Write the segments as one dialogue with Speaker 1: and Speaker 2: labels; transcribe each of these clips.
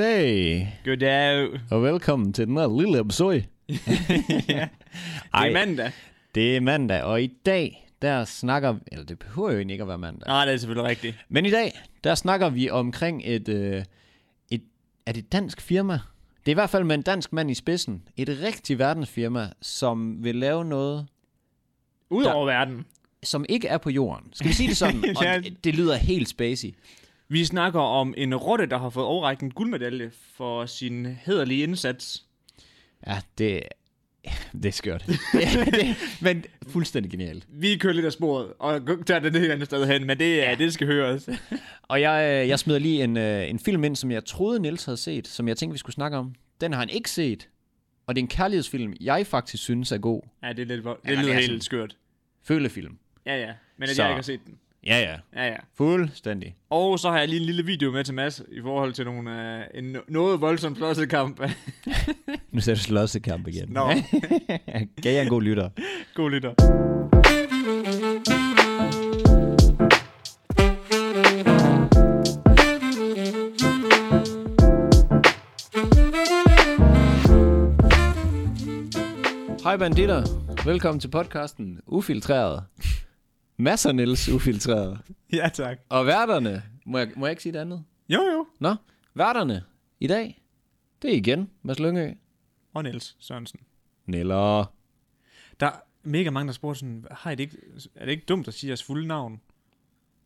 Speaker 1: Goddag,
Speaker 2: Goddag.
Speaker 1: og velkommen til den her lille episode.
Speaker 2: ja. Det
Speaker 1: Ej.
Speaker 2: er mandag.
Speaker 1: Det er mandag, og i dag, der snakker... Eller det behøver jo egentlig ikke at være mandag.
Speaker 2: Nej, det er selvfølgelig rigtigt.
Speaker 1: Men i dag, der snakker vi omkring et... Øh, et er det et dansk firma? Det er i hvert fald med en dansk mand i spidsen. Et rigtigt verdensfirma, som vil lave noget,
Speaker 2: Udover verden.
Speaker 1: som ikke er på jorden. Skal vi sige det sådan?
Speaker 2: Ja.
Speaker 1: Og det, det lyder helt spacey.
Speaker 2: Vi snakker om en rotte, der har fået overrækt en guldmedalje for sin hederlige indsats.
Speaker 1: Ja, det, det er skørt. det, det, men fuldstændig genialt.
Speaker 2: Vi kører lidt af sporet og g- tager det et helt andet sted hen, men det, ja. det skal høres.
Speaker 1: Og jeg, øh, jeg smider lige en, øh, en film ind, som jeg troede, Niels havde set, som jeg tænkte, vi skulle snakke om. Den har han ikke set. Og det er en kærlighedsfilm, jeg faktisk synes er god.
Speaker 2: Ja, det, er lidt, vold-
Speaker 1: Ja,
Speaker 2: det lyder
Speaker 1: det er
Speaker 2: helt
Speaker 1: sådan.
Speaker 2: skørt.
Speaker 1: Følefilm.
Speaker 2: Ja, ja. Men at
Speaker 1: Så.
Speaker 2: jeg ikke har set den.
Speaker 1: Ja, ja.
Speaker 2: Ja, ja.
Speaker 1: Fuldstændig.
Speaker 2: Og så har jeg lige en lille video med til Mads i forhold til nogle, uh, en no- noget voldsom klodsekamp.
Speaker 1: Nu ser du slåssekamp igen.
Speaker 2: Nå.
Speaker 1: Gav jeg en god lytter.
Speaker 2: God lytter.
Speaker 1: Hej banditter. Velkommen til podcasten Ufiltreret. Masser Niels Ufiltreret.
Speaker 2: Ja, tak.
Speaker 1: Og værterne. Må jeg, må jeg ikke sige det andet?
Speaker 2: Jo, jo.
Speaker 1: Nå, værterne i dag, det er igen Mads Lyngø.
Speaker 2: Og Niels Sørensen.
Speaker 1: Neller.
Speaker 2: Der er mega mange, der spurgte sådan, har I det ikke, er det ikke dumt at sige jeres fulde navn?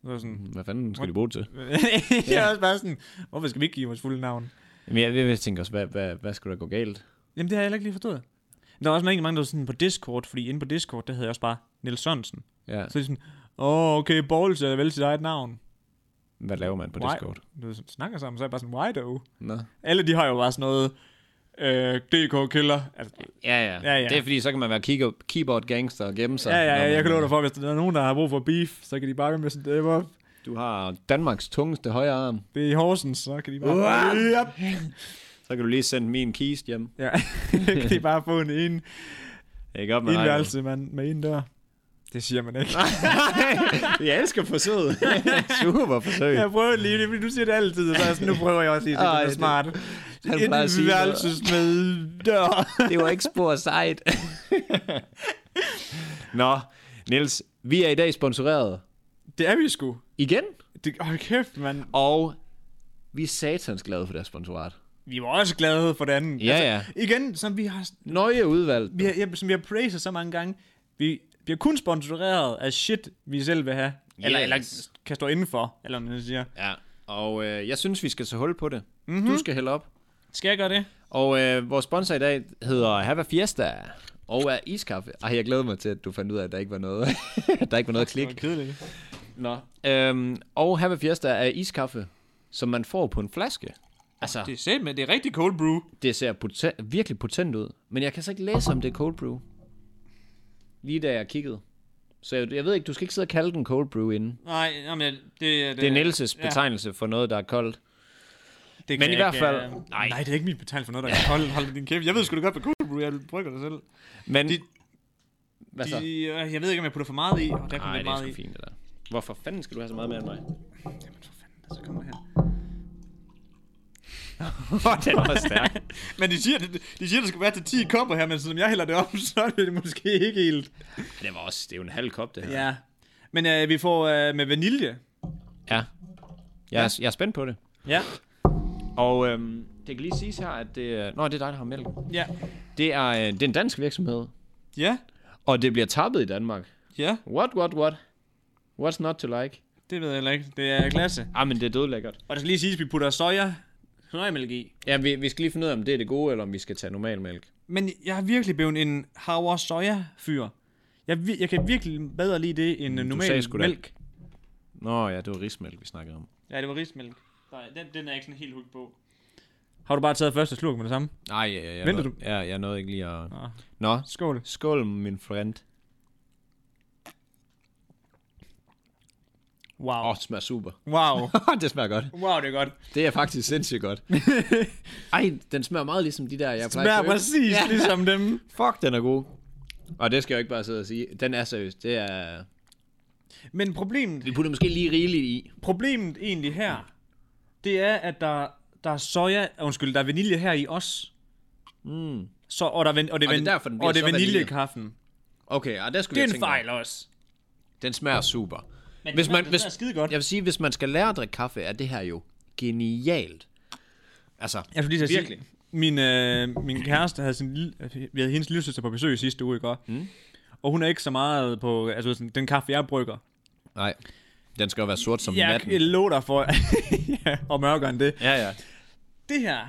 Speaker 2: Og jeg sådan,
Speaker 1: Hvad fanden skal de bruge det til?
Speaker 2: jeg er også bare sådan, hvorfor skal vi ikke give vores fulde navn?
Speaker 1: Jamen, jeg, jeg, jeg tænker også, hvad, hvad, hvad skulle der gå galt?
Speaker 2: Jamen, det har jeg heller ikke lige forstået. Der var også mega mange, der var sådan på Discord, fordi inde på Discord, der hedder jeg også bare Niels Sørensen.
Speaker 1: Ja.
Speaker 2: Så er de sådan, åh, oh, okay, Borgels er vel sit eget navn.
Speaker 1: Hvad laver man på
Speaker 2: Why-
Speaker 1: Discord?
Speaker 2: Du ved, sådan, snakker sammen, så er jeg bare sådan, why though?
Speaker 1: Nå.
Speaker 2: Alle de har jo bare sådan noget, øh, DK-killer. Altså,
Speaker 1: Ja, ja.
Speaker 2: Ja, ja.
Speaker 1: Det er fordi, så kan man være keygo- keyboard gangster og gemme sig.
Speaker 2: ja, ja,
Speaker 1: når
Speaker 2: ja, jeg
Speaker 1: man-
Speaker 2: kan love dig for, hvis der er nogen, der har brug for beef, så kan de bare med sådan, det er, op.
Speaker 1: Du har Danmarks tungeste højre arm.
Speaker 2: det er i Horsens, så kan de bare...
Speaker 1: Uah!
Speaker 2: Yep.
Speaker 1: Så kan du lige sende min kist hjem.
Speaker 2: Ja, kan de bare få en en, en
Speaker 1: Ikke op med dig,
Speaker 2: værelse med, med en dør? Det siger man ikke.
Speaker 1: du. Jeg elsker forsøget. Super forsøg.
Speaker 2: Jeg prøver lige det, men du siger det altid, og så er jeg sådan, nu prøver jeg også lige, det
Speaker 1: Ej,
Speaker 2: er
Speaker 1: det-
Speaker 2: smart.
Speaker 1: Han
Speaker 2: En
Speaker 1: plejer at sige
Speaker 2: værelse med dør.
Speaker 1: Det var ikke spor sejt. Nå, Niels, vi er i dag sponsoreret
Speaker 2: Det er vi sgu.
Speaker 1: igen.
Speaker 2: Det, hold kæft, mand.
Speaker 1: Og vi er satans glade for deres sponsorat.
Speaker 2: Vi var også glade for det andet.
Speaker 1: Ja, altså,
Speaker 2: Igen, som vi har,
Speaker 1: Nøje udvalg.
Speaker 2: vi har, ja, som vi har praiset så mange gange, vi bliver kun sponsoreret af shit, vi selv vil have. Yes. Eller,
Speaker 1: Yes.
Speaker 2: eller kan stå indenfor, eller hvad man siger.
Speaker 1: Ja, og øh, jeg synes, vi skal så hul på det.
Speaker 2: Mhm.
Speaker 1: Mm-hmm. Du skal hælde op.
Speaker 2: Skal jeg gøre det?
Speaker 1: Og øh, vores sponsor i dag hedder Have a Fiesta og er iskaffe. Ej, jeg glæder mig til, at du fandt ud af, at der ikke var noget, der ikke var noget klik.
Speaker 2: Det var kedeligt.
Speaker 1: Nå. Øhm, og Have a Fiesta er iskaffe, som man får på en flaske. Altså,
Speaker 2: Det er sæt med, det er rigtig cold brew.
Speaker 1: det ser poten- virkelig potent ud. Men jeg kan så ikke læse, om det er cold brew. Lige da jeg kiggede. Så jeg, jeg ved ikke, du skal ikke sidde og kalde den cold brew inden.
Speaker 2: Nej, jamen, det, det,
Speaker 1: Det er Nielses betegnelse for noget, der er koldt. Men
Speaker 2: Det kan
Speaker 1: i
Speaker 2: jeg
Speaker 1: hvert
Speaker 2: ikke,
Speaker 1: fald-
Speaker 2: øh,
Speaker 1: Nej.
Speaker 2: nej, det er ikke min betegnelse for noget, der kan holde, holde din kæft. Jeg ved sgu da godt, hvad cold brew er, du brygger dig selv.
Speaker 1: Men...
Speaker 2: De-
Speaker 1: hvad så?
Speaker 2: De, øh, jeg ved ikke, om jeg putter for meget i, og der kommer
Speaker 1: Nej,
Speaker 2: lidt
Speaker 1: det er
Speaker 2: meget i.
Speaker 1: sgu fint, det der. Hvorfor fanden skal du have så meget mere end mig?
Speaker 2: Jamen, for fanden, så kommer det her.
Speaker 1: den var stærk.
Speaker 2: Men de siger, de, de siger, det skal være til 10 kopper her, men som jeg hælder det op, så er det måske ikke helt.
Speaker 1: det var også, det er jo en halv kop, det her.
Speaker 2: Ja. Men øh, vi får øh, med vanilje.
Speaker 1: ja. Jeg, er, jeg er spændt på det.
Speaker 2: Ja.
Speaker 1: Og øhm, det kan lige siges her, at det er... Nå, det er dig, der har mælk.
Speaker 2: Ja.
Speaker 1: Det er, øh, det er en dansk virksomhed,
Speaker 2: Ja.
Speaker 1: og det bliver tappet i Danmark.
Speaker 2: Ja,
Speaker 1: What, what, what? What's not to like?
Speaker 2: det ved jeg heller ikke. Det er klasse.
Speaker 1: Ah, men det er dødlækkert.
Speaker 2: Og det skal lige siges, at vi putter soja, sojamælk i.
Speaker 1: Ja, vi, vi skal lige finde ud af, om det er det gode, eller om vi skal tage normal mælk.
Speaker 2: Men jeg har virkelig blevet en havre soja fyr. Jeg, vi- jeg kan virkelig bedre lide det end øh,
Speaker 1: sagde
Speaker 2: normal
Speaker 1: sgu da-
Speaker 2: mælk.
Speaker 1: Nå ja, det var rismælk, vi snakkede om.
Speaker 2: Ja, det var rismælk. Nej, den, den er jeg ikke sådan helt hooked på. Har du bare taget første slurk med det samme?
Speaker 1: Nej, ja, ja, jeg,
Speaker 2: Venter
Speaker 1: nåede-
Speaker 2: du? Ah.
Speaker 1: Ja, jeg nåede ikke lige at...
Speaker 2: Nå.
Speaker 1: Nå,
Speaker 2: Skål.
Speaker 1: skål, min friend.
Speaker 2: Wow.
Speaker 1: Åh, oh, det smager super.
Speaker 2: Wow.
Speaker 1: det smager godt.
Speaker 2: Wow, det er godt.
Speaker 1: Det er faktisk sindssygt godt. Ej, den smager meget ligesom de der, jeg
Speaker 2: Det
Speaker 1: plejer
Speaker 2: er
Speaker 1: at købe.
Speaker 2: præcis ja. ligesom dem.
Speaker 1: Fuck, den er god. Og det skal jeg jo ikke bare sidde og sige. Den er seriøst. Det er...
Speaker 2: Men problemet,
Speaker 1: Vi putter måske lige rigeligt i.
Speaker 2: problemet egentlig her, det er, at der, der er soja, undskyld, der er vanilje her i os.
Speaker 3: Mm.
Speaker 2: Så, og, der er, van- og det
Speaker 1: Og det
Speaker 2: er,
Speaker 1: er
Speaker 2: van-
Speaker 1: derfor, den bliver
Speaker 2: og det er
Speaker 1: så vanilje.
Speaker 2: vaniljekaffen.
Speaker 1: Okay, og der skulle
Speaker 2: Det
Speaker 1: jeg
Speaker 2: er en
Speaker 1: tænke over.
Speaker 2: fejl også.
Speaker 1: Den smager super.
Speaker 2: Men
Speaker 1: Hvis
Speaker 2: hvis
Speaker 1: man-
Speaker 2: man,
Speaker 1: hvis-
Speaker 2: hvis, skide godt.
Speaker 3: Jeg vil sige, hvis man skal lære at drikke kaffe, er det her jo genialt.
Speaker 1: Altså,
Speaker 2: Jeg skulle lige til at sige,
Speaker 1: Virkelig.
Speaker 2: min, øh, min kæreste havde sin lille, altså, vi havde hendes lillesøster på besøg i sidste uge, ikke? Mm. Og hun er ikke så meget på altså, sådan, den kaffe, jeg brygger.
Speaker 1: nej. Den skal jo være sort som
Speaker 2: Jeg,
Speaker 1: natten.
Speaker 2: jeg lover dig for, ja, og mørkere end det.
Speaker 1: Ja, ja.
Speaker 2: Det her,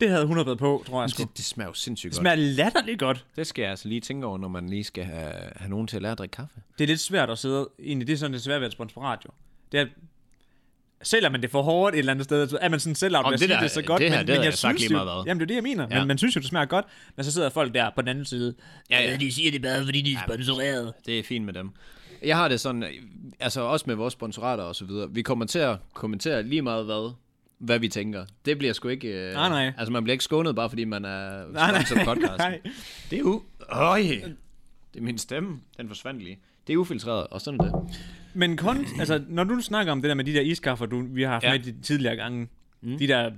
Speaker 2: det havde hun været på, tror jeg sgu. Det
Speaker 1: Det, det smager jo sindssygt godt.
Speaker 2: smager latterligt godt.
Speaker 1: Det skal jeg altså lige tænke over, når man lige skal have, have nogen til at lære at drikke kaffe.
Speaker 2: Det er lidt svært at sidde, egentlig det er sådan, det er svært ved at sponsorere jo. Det er, sælger man det for hårdt et eller andet sted, så er man sådan selv
Speaker 1: Om
Speaker 2: at
Speaker 1: det
Speaker 2: sige
Speaker 1: der-
Speaker 2: det så godt,
Speaker 1: det her,
Speaker 2: men,
Speaker 1: det havde
Speaker 2: men
Speaker 1: jeg sagt
Speaker 2: synes
Speaker 1: lige meget
Speaker 2: jo,
Speaker 1: hvad.
Speaker 2: Jamen det er det, jeg mener.
Speaker 1: Ja.
Speaker 2: Ja. Men man synes jo, det smager godt, men så sidder folk der på den anden side.
Speaker 1: Ja, ja.
Speaker 2: "Øh, De siger det bare, fordi de er sponsoreret.
Speaker 1: Det er fint med dem. Jeg har det sådan, altså også med vores sponsorater og så videre. Vi kommer til at kommentere lige meget hvad, hvad vi tænker. Det bliver sgu ikke... Øh,
Speaker 2: Nej, nej.
Speaker 1: Altså man bliver ikke skånet bare fordi man er
Speaker 2: Nej, nej,
Speaker 1: sponsor på podcasten.
Speaker 2: nej.
Speaker 1: Det er u... Øj! Det er min stemme. Den forsvandt lige. Det er ufiltreret, og sådan er det.
Speaker 2: Men kun, altså, når du snakker om det der med de der iskaffer, du, vi har haft
Speaker 1: Ja.
Speaker 2: ja. med de tidligere gange, mm. de der,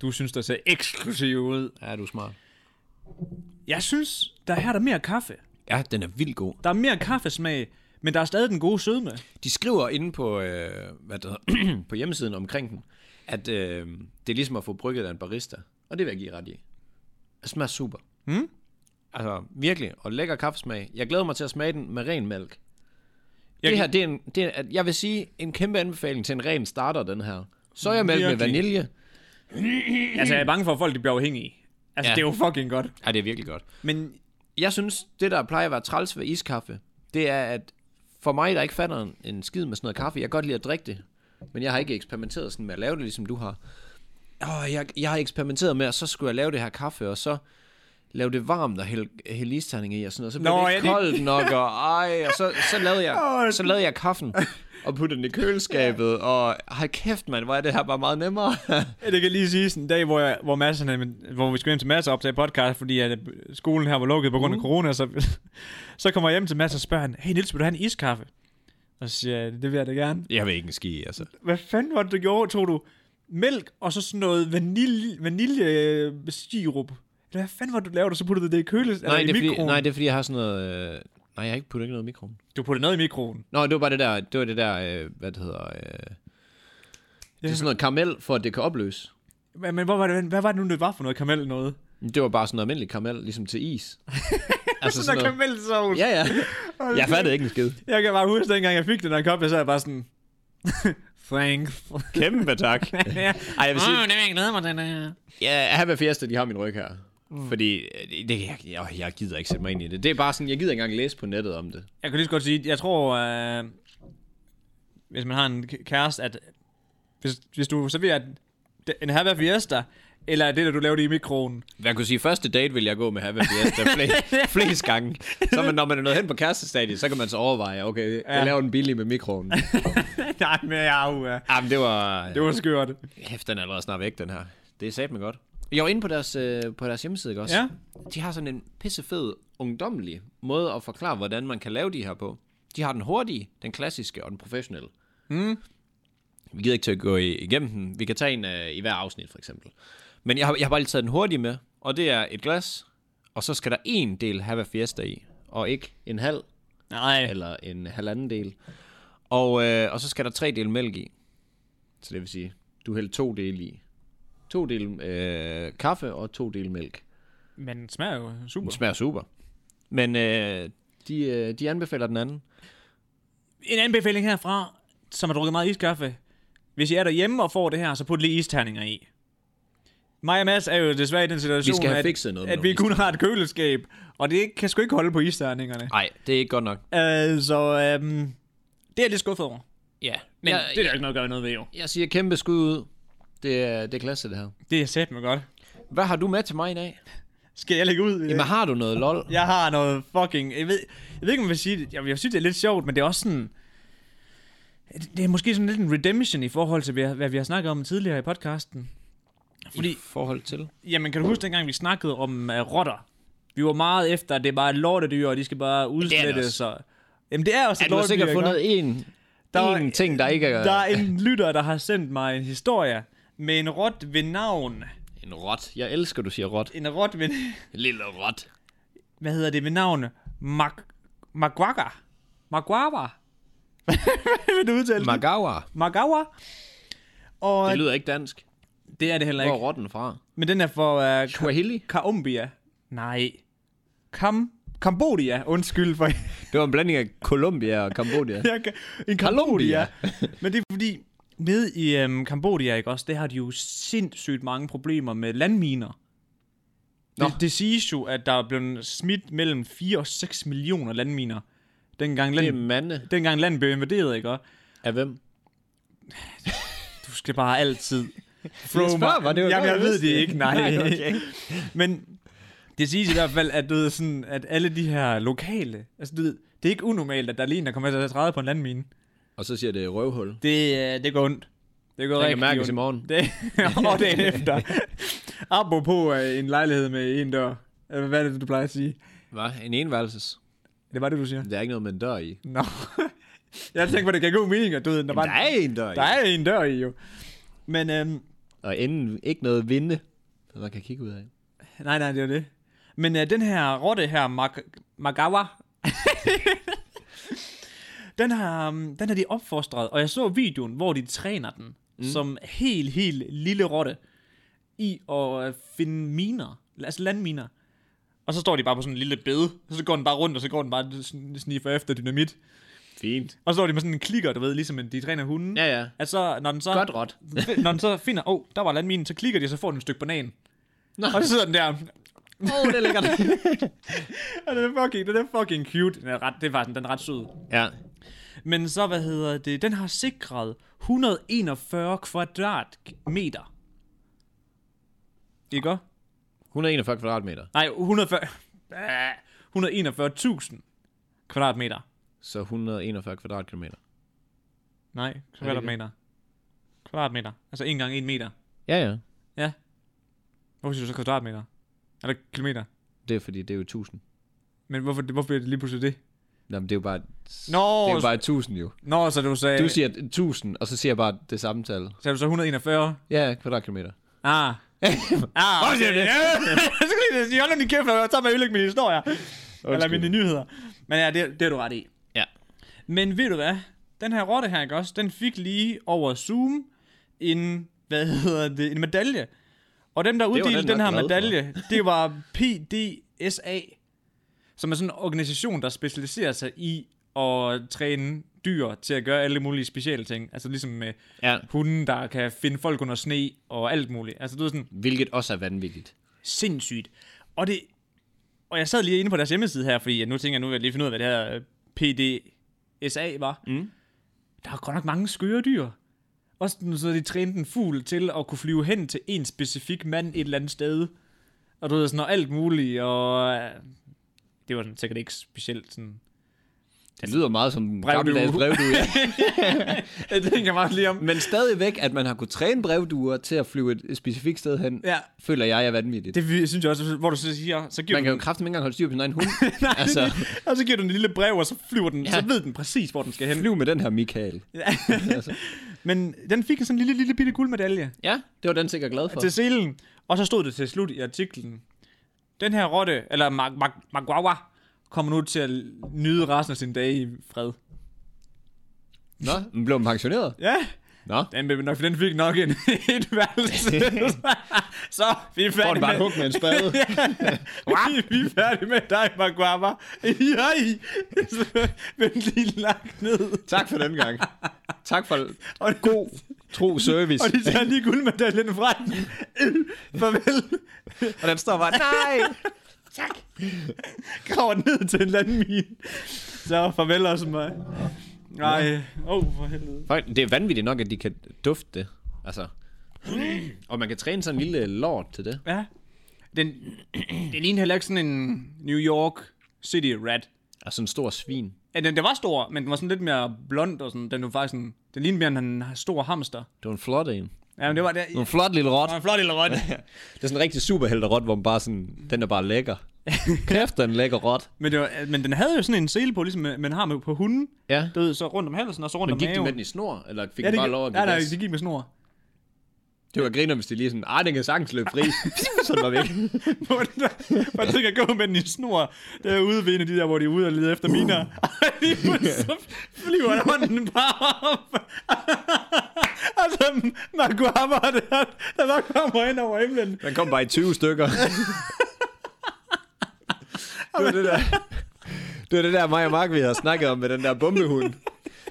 Speaker 2: du synes, der ser eksklusive ud.
Speaker 1: Ja, du er smart.
Speaker 2: Jeg synes, der her er der mere kaffe.
Speaker 1: Ja, den er vildt god.
Speaker 2: Der er mere kaffesmag, men der er stadig den gode sødme.
Speaker 1: De skriver inde på, øh, hvad det hedder, på hjemmesiden omkring den, at øh, det er ligesom at få brygget af en barista. Og det vil jeg give ret i. Det smager super. Mm?
Speaker 2: Hmm?
Speaker 1: Altså virkelig, og lækker kaffesmag. Jeg glæder mig til at smage den med ren mælk. Jeg
Speaker 2: Jeg
Speaker 1: det
Speaker 2: kan-
Speaker 1: her, det er en, det er, at jeg vil sige, en kæmpe anbefaling til en ren starter, den her. Sojamælk med
Speaker 2: Virkelig.
Speaker 1: vanilje.
Speaker 2: Altså, jeg er bange for, at folk de bliver afhængige. Altså,
Speaker 1: Ja.
Speaker 2: ja. det er jo fucking godt.
Speaker 1: Ja, det er virkelig godt.
Speaker 2: Men
Speaker 1: jeg synes, det der plejer at være træls ved iskaffe, det er, at for mig, der ikke fatter en, en skid med sådan noget kaffe, jeg kan godt lide at drikke det, men jeg har ikke eksperimenteret sådan med at lave det, ligesom du har. Åh, jeg, jeg har eksperimenteret med, at så skulle jeg lave det her kaffe, og så lave det varmt og hælde hæld isterning i og sådan noget. Så blev
Speaker 2: Nå,
Speaker 1: det ikke
Speaker 2: ja, det-
Speaker 1: koldt nok, og, ej, og så, så, lavede jeg, så lavede jeg kaffen og puttede den i køleskabet, og hold kæft, mand, hvor er det her bare meget nemmere.
Speaker 2: Ja, det kan lige sige sådan en dag, hvor, jeg, hvor, Mads, han, er- hvor vi skulle hjem til Mads og optage podcast, fordi at øh, skolen her var lukket på grund af corona, så, så kommer jeg hjem til Mads og spørger han, hey Nils, vil du have en iskaffe? Og så siger jeg, det vil jeg da gerne.
Speaker 1: jeg vil ikke en ski, altså.
Speaker 2: Hvad fanden var det, du gjorde? Tog du mælk og så sådan noget vanilje, vanilje øh, sirup? Eller hvad fanden var det, du lavede, og så puttede du det i køles?
Speaker 1: Nej
Speaker 2: eller
Speaker 1: det, er
Speaker 2: i
Speaker 1: fordi,
Speaker 2: mikroen?
Speaker 1: nej, det er fordi, jeg har sådan noget... Øh, nej, jeg har ikke puttet ikke noget i mikroen.
Speaker 2: Du puttede noget i mikroen.
Speaker 1: Nå, det var bare det der, det var det der, øh, hvad det hedder, øh, det er sådan noget karamel, for at det kan opløse.
Speaker 2: Men, men hvor var det, hvad var det nu, det var for noget karamel noget?
Speaker 1: Det var bare sådan noget almindelig karamel, ligesom til is. altså
Speaker 2: Sådan noget karamelsovs.
Speaker 1: Ja, ja. Jeg fattede ikke en skid.
Speaker 2: Jeg kan bare huske, dengang jeg fik den her kop, jeg sad bare sådan... Thanks.
Speaker 1: Kæmpe tak.
Speaker 2: ja.
Speaker 1: Ej, jeg vil sige,
Speaker 2: det vil jeg glæde mig, den er.
Speaker 1: ja, her hver fjerde, de har min ryg her.
Speaker 2: Mm.
Speaker 1: Fordi, øh, det, det- jeg, jeg, jeg gider ikke sætte mig ind i det. Det er bare sådan, jeg gider ikke engang læse på nettet om det.
Speaker 2: Jeg kan lige så godt sige, jeg tror, øh, hvis man har en k- kæreste, at hvis, hvis du serverer d- en Hava Fiesta, eller det, der du lavede i mikroen,
Speaker 1: Hvad kunne sige, første date vil jeg gå med her hver fjerde flest, flest gange. Så man, når man er nået hen på kærestestadiet, så kan man så overveje, okay, jeg laver den billig med mikroen.
Speaker 2: nej, men jeg er jo, øh,
Speaker 1: Jamen, det var...
Speaker 2: det var skørt.
Speaker 1: Kæft, den er allerede snart væk, den her. Det er sat med godt. Jeg var inde på deres, øh, på deres hjemmeside, ikke også?
Speaker 2: Ja.
Speaker 1: De har sådan en pissefed, ungdommelig måde at forklare, hvordan man kan lave de her på. De har den hurtige, den klassiske og den professionelle. Mm. Vi gider ikke til at gå i- igennem den. Vi kan tage en øh, i hver afsnit, for eksempel. Men jeg har, jeg har bare lige taget den hurtige med, og det er et glas, og så skal der en del have fiesta i, og ikke en halv
Speaker 2: Nej,
Speaker 1: eller en halvanden del. Og, øh, og så skal der tre dele mælk i. Så det vil sige, du hælder to dele i. To dele øh, kaffe og to dele mælk.
Speaker 2: men den smager jo
Speaker 1: Den
Speaker 2: super.
Speaker 1: smager super. Men øh, de, øh, de anbefaler den anden.
Speaker 2: En anbefaling herfra, som har drukket meget iskaffe. Hvis I er derhjemme og får det her, så put lige isterninger i. Mig og Mads er jo desværre i den situation,
Speaker 1: Vi skal have
Speaker 2: at,
Speaker 1: fikset noget med
Speaker 2: at
Speaker 1: nogle
Speaker 2: vi kun har et køleskab, og det kan sgu ikke holde på isterningerne.
Speaker 1: Nej, det er ikke godt nok.
Speaker 2: Altså, øhm, det er jeg lidt skuffet over.
Speaker 1: Ja,
Speaker 2: Men
Speaker 1: jeg,
Speaker 2: det er der ikke noget at gøre noget ved, jo.
Speaker 1: jeg siger kæmpe skud ud. Det er, det er klasse, det her.
Speaker 2: Det er sæt mig godt.
Speaker 1: Hvad har du med til mig i dag?
Speaker 2: Skal jeg lægge ud?
Speaker 1: Jamen, har du noget lol?
Speaker 2: Jeg har noget fucking... Jeg ved, jeg ved ikke, om man vil sige det. Jeg, jeg synes, det er lidt sjovt, men det er også sådan... Det er måske sådan lidt en redemption i forhold til, hvad hvad vi har snakket om tidligere i podcasten.
Speaker 1: Fordi... I forhold til?
Speaker 2: Jamen, kan du huske dengang, vi snakkede om uh, rotter? Vi var meget efter, at det er bare et lortedyr, og de skal bare
Speaker 1: det også.
Speaker 2: udslettes. Og... Jamen, det er også
Speaker 1: Ja,
Speaker 2: et
Speaker 1: du har
Speaker 2: lortedyr,
Speaker 1: sikkert
Speaker 2: ikke?
Speaker 1: fundet en,
Speaker 2: Der var-
Speaker 1: en ting, der ikke er...
Speaker 2: Der er en lytter, der har sendt mig en historie med en rot ved navn.
Speaker 1: En rot. Jeg elsker, du siger rot.
Speaker 2: En rot ved...
Speaker 1: En lille rot.
Speaker 2: Hvad hedder det ved navn? Mag... Maguaga. Maguava. Hvad vil du udtale? det?
Speaker 1: Magawa.
Speaker 2: Magawa. Og
Speaker 1: Det lyder ikke dansk.
Speaker 2: det er det heller
Speaker 1: Hvor
Speaker 2: ikke.
Speaker 1: er rotten fra?
Speaker 2: Men den er for uh,
Speaker 1: Swahili.
Speaker 2: Kambodja. Nej. Kam... Kambodja. Undskyld for...
Speaker 1: Det var en blanding af Colombia og Kambodja.
Speaker 2: Jeg kan, en Kambodja. Men det er fordi, nede i øhm, Kambodja, ikke også, der har de jo sindssygt mange problemer med landminer.
Speaker 1: Nå.
Speaker 2: Det, det siges jo, at der er blevet smidt mellem 4 og 6 millioner landminer, dengang,
Speaker 1: Det er
Speaker 2: land,
Speaker 1: mande.
Speaker 2: dengang landet blev invaderet, ikke også?
Speaker 1: Af hvem?
Speaker 2: Du skal bare altid...
Speaker 1: Jeg
Speaker 2: Throw
Speaker 1: spørger
Speaker 2: mig.
Speaker 1: bare, det var
Speaker 2: Jamen,
Speaker 1: dig,
Speaker 2: jeg
Speaker 1: der
Speaker 2: ved det
Speaker 1: vidste det.
Speaker 2: ikke, nej.
Speaker 1: Nej, okay.
Speaker 2: Men det siges i hvert fald, at, du ved, sådan, at alle de her lokale... Altså, du ved, det er ikke unormalt, at der er lige en, der kommer til at træde på en landmine.
Speaker 1: Og så siger det røvhul.
Speaker 2: Det, øh, det går ondt. Det går
Speaker 1: Den kan
Speaker 2: rigtig
Speaker 1: mærkes
Speaker 2: ondt.
Speaker 1: i morgen.
Speaker 2: Det, og dagen efter. Apropos øh, en lejlighed med en dør. Eller Hvad er det, du plejer at sige?
Speaker 1: Hvad? En enværelses?
Speaker 2: Er Det var det, du siger?
Speaker 1: Der er ikke noget med en dør i.
Speaker 2: Nå. Jeg tænkte på, det kan god mening, at du ved, der,
Speaker 1: Jamen,
Speaker 2: var,
Speaker 1: der er en dør i.
Speaker 2: der er en dør i jo. Men øhm,
Speaker 1: Og enden ikke noget vinde, som man kan kigge ud af.
Speaker 2: Nej, nej, det er det. Men øh, den her rotte her, Mag- Magawa, den, har, um, den har de opfostret, og jeg så videoen, hvor de træner den mm. som helt, helt lille rotte i at øh, finde miner, altså landminer. Og så står de bare på sådan en lille bed, og så går den bare rundt, og så går den bare og sn- sniffer efter dynamit.
Speaker 1: Fint.
Speaker 2: Og så står de med sådan en klikker, du ved, ligesom en- de træner hunden.
Speaker 1: Ja, ja.
Speaker 2: Altså, når den så...
Speaker 1: Godt råt.
Speaker 2: når den så finder, åh, oh, der var landminen, så klikker de, og så får den et stykke banan. Nå. Og så sidder den der,
Speaker 1: Åh, oh, det er lækkert.
Speaker 2: Ja, den er fucking, den er fucking cute. Den er ret, det var den, den er ret sød.
Speaker 1: ja.
Speaker 2: Men så, hvad hedder det, den har sikret 141 kvadratmeter. Ikke godt?
Speaker 1: 141 kvadratmeter.
Speaker 2: Nej, 140... Ah, 141.000 kvadratmeter.
Speaker 1: Så 141 kvadratkilometer.
Speaker 2: Nej, kvadratmeter. Kvadratmeter. Altså 1 gange 1 meter.
Speaker 1: Ja, ja.
Speaker 2: Ja. Hvorfor siger du så kvadratmeter? Eller kilometer?
Speaker 1: Det er fordi, det er jo 1000.
Speaker 2: Men hvorfor, hvorfor bliver det lige pludselig det?
Speaker 1: Nå, men det er jo bare...
Speaker 2: Nå, Øh.
Speaker 1: Det er jo bare 1000 jo.
Speaker 2: Nå så du sagde...
Speaker 1: Du siger 1000, og så siger jeg bare det samme tal.
Speaker 2: Sagde du så 141?
Speaker 1: Ja, kvadratkilometer.
Speaker 2: Ah. ah. Hvor
Speaker 1: siger du det?
Speaker 2: Jeg skulle lige til at sige, hold nu din kæft, og tager mig ødelægge mine historier. Eller mine nyheder. Men ja, det, det er du ret i.
Speaker 1: Ja.
Speaker 2: Men ved du hvad? Den her rotte her, ikke også? Den fik lige over Zoom en, hvad hedder det, en medalje. Og dem, der uddelte den,
Speaker 1: den
Speaker 2: den
Speaker 1: nok
Speaker 2: her
Speaker 1: glad for.
Speaker 2: medalje, det var PDSA, som er sådan en organisation, der specialiserer sig i at træne dyr til at gøre alle mulige specielle ting. Altså ligesom med
Speaker 1: Ja.
Speaker 2: hunde, der kan finde folk under sne og alt muligt. Altså, du ved sådan
Speaker 1: Hvilket også er vanvittigt.
Speaker 2: sindssygt. Og det... Og jeg sad lige inde på deres hjemmeside her, fordi jeg nu tænker jeg, nu vil jeg lige finde ud af, hvad det her øh, PDSA var. Mm. Der er godt nok mange skøre dyr. Også sådan, så de trænede en fugl til at kunne flyve hen til en specifik mand et eller andet sted. Og du ved, sådan og alt muligt, og... øh, Det var sådan, sikkert ikke specielt sådan...
Speaker 1: Det lyder meget som en
Speaker 2: Brevdue.
Speaker 1: gammeldags brevdue. ja.
Speaker 2: Jeg tænker meget lige om.
Speaker 1: Men stadigvæk, at man har kunnet træne brevduer til at flyve et specifikt sted hen,
Speaker 2: Ja.
Speaker 1: føler jeg er vanvittigt.
Speaker 2: Det vi- synes jeg også, hvor du så siger, så giver
Speaker 1: man
Speaker 2: du
Speaker 1: kan jo
Speaker 2: den,
Speaker 1: kraften ikke engang holde styr på sin egen hund. altså,
Speaker 2: og så giver du den et lille brev, og så flyver den, ja. så
Speaker 1: Ja.
Speaker 2: ved den præcis, hvor den skal hen.
Speaker 1: flyv med den her Michael.
Speaker 2: Men den fik sådan en lille, lille bitte guldmedalje
Speaker 1: Ja, det var den sikkert glad for.
Speaker 2: til selen. Og så stod det til slut i artiklen. Den her rotte, eller mag- mag- magwawa, kommer nu til at nyde resten af sin dag i fred.
Speaker 1: Nå, men blev man pensioneret?
Speaker 2: Ja,
Speaker 1: Nå,
Speaker 2: den, blev nok, den fik nok en et værelse. så vi er
Speaker 1: får den
Speaker 2: færdige
Speaker 1: bare
Speaker 2: med...
Speaker 1: et hug med en spade.
Speaker 2: vi, vi er færdige med dig, magwawa. Jaj! Vent lige lagt ned.
Speaker 1: tak for den gang. Tak for
Speaker 2: Og
Speaker 1: god, tro service.
Speaker 2: Og de tager lige guldmedaljen fra den. Farvel.
Speaker 1: og den står bare, nej!
Speaker 2: graver ned til en landmine. Så farvel også mig. Nej, åh oh, for helvede.
Speaker 1: Fuck, Det er vanvittigt nok, at de kan dufte det. Altså, og man kan træne sådan en lille lort til det.
Speaker 2: Ja. Den, den ligner heller ikke sådan en New York City Rat.
Speaker 1: Altså en stor svin.
Speaker 2: Ja, den, den var stor, men den var sådan lidt mere blond og sådan. Den var faktisk sådan, den lignede mere end en stor hamster.
Speaker 1: Det var en flot en.
Speaker 2: Ja, men det var det.
Speaker 1: En flot lille rot.
Speaker 2: Det var en flot lille rot.
Speaker 1: Det er sådan en rigtig superhelterot, hvor man bare sådan, den er bare lækker. Kæft, den er lækker rot.
Speaker 2: men, det var, men den havde jo sådan en sele på, ligesom man har med på hunden.
Speaker 1: Ja.
Speaker 2: Du ved, så rundt om halsen og så rundt
Speaker 1: Men
Speaker 2: om
Speaker 1: gik
Speaker 2: maven.
Speaker 1: de med den i snor, eller fik
Speaker 2: ja,
Speaker 1: ja,
Speaker 2: det
Speaker 1: den bare
Speaker 2: gik,
Speaker 1: lov at give
Speaker 2: nej, nej,
Speaker 1: gas?
Speaker 2: det gik med snor.
Speaker 1: Det var griner, hvis de lige sådan, ah, den kan sagtens løbe fri. sådan var væk.
Speaker 2: Hvor den der- hvor den kan gå med den i snor. Det er ude ved en af de der, hvor de er ude og leder efter miner. Og lige pludselig så flyver der hånden bare op. altså, Maguama, der, der bare kommer ind over himlen.
Speaker 1: Den kom bare i 20 stykker. det var det der. Det var det der, mig og Mark, vi har snakket om med den der bombehund.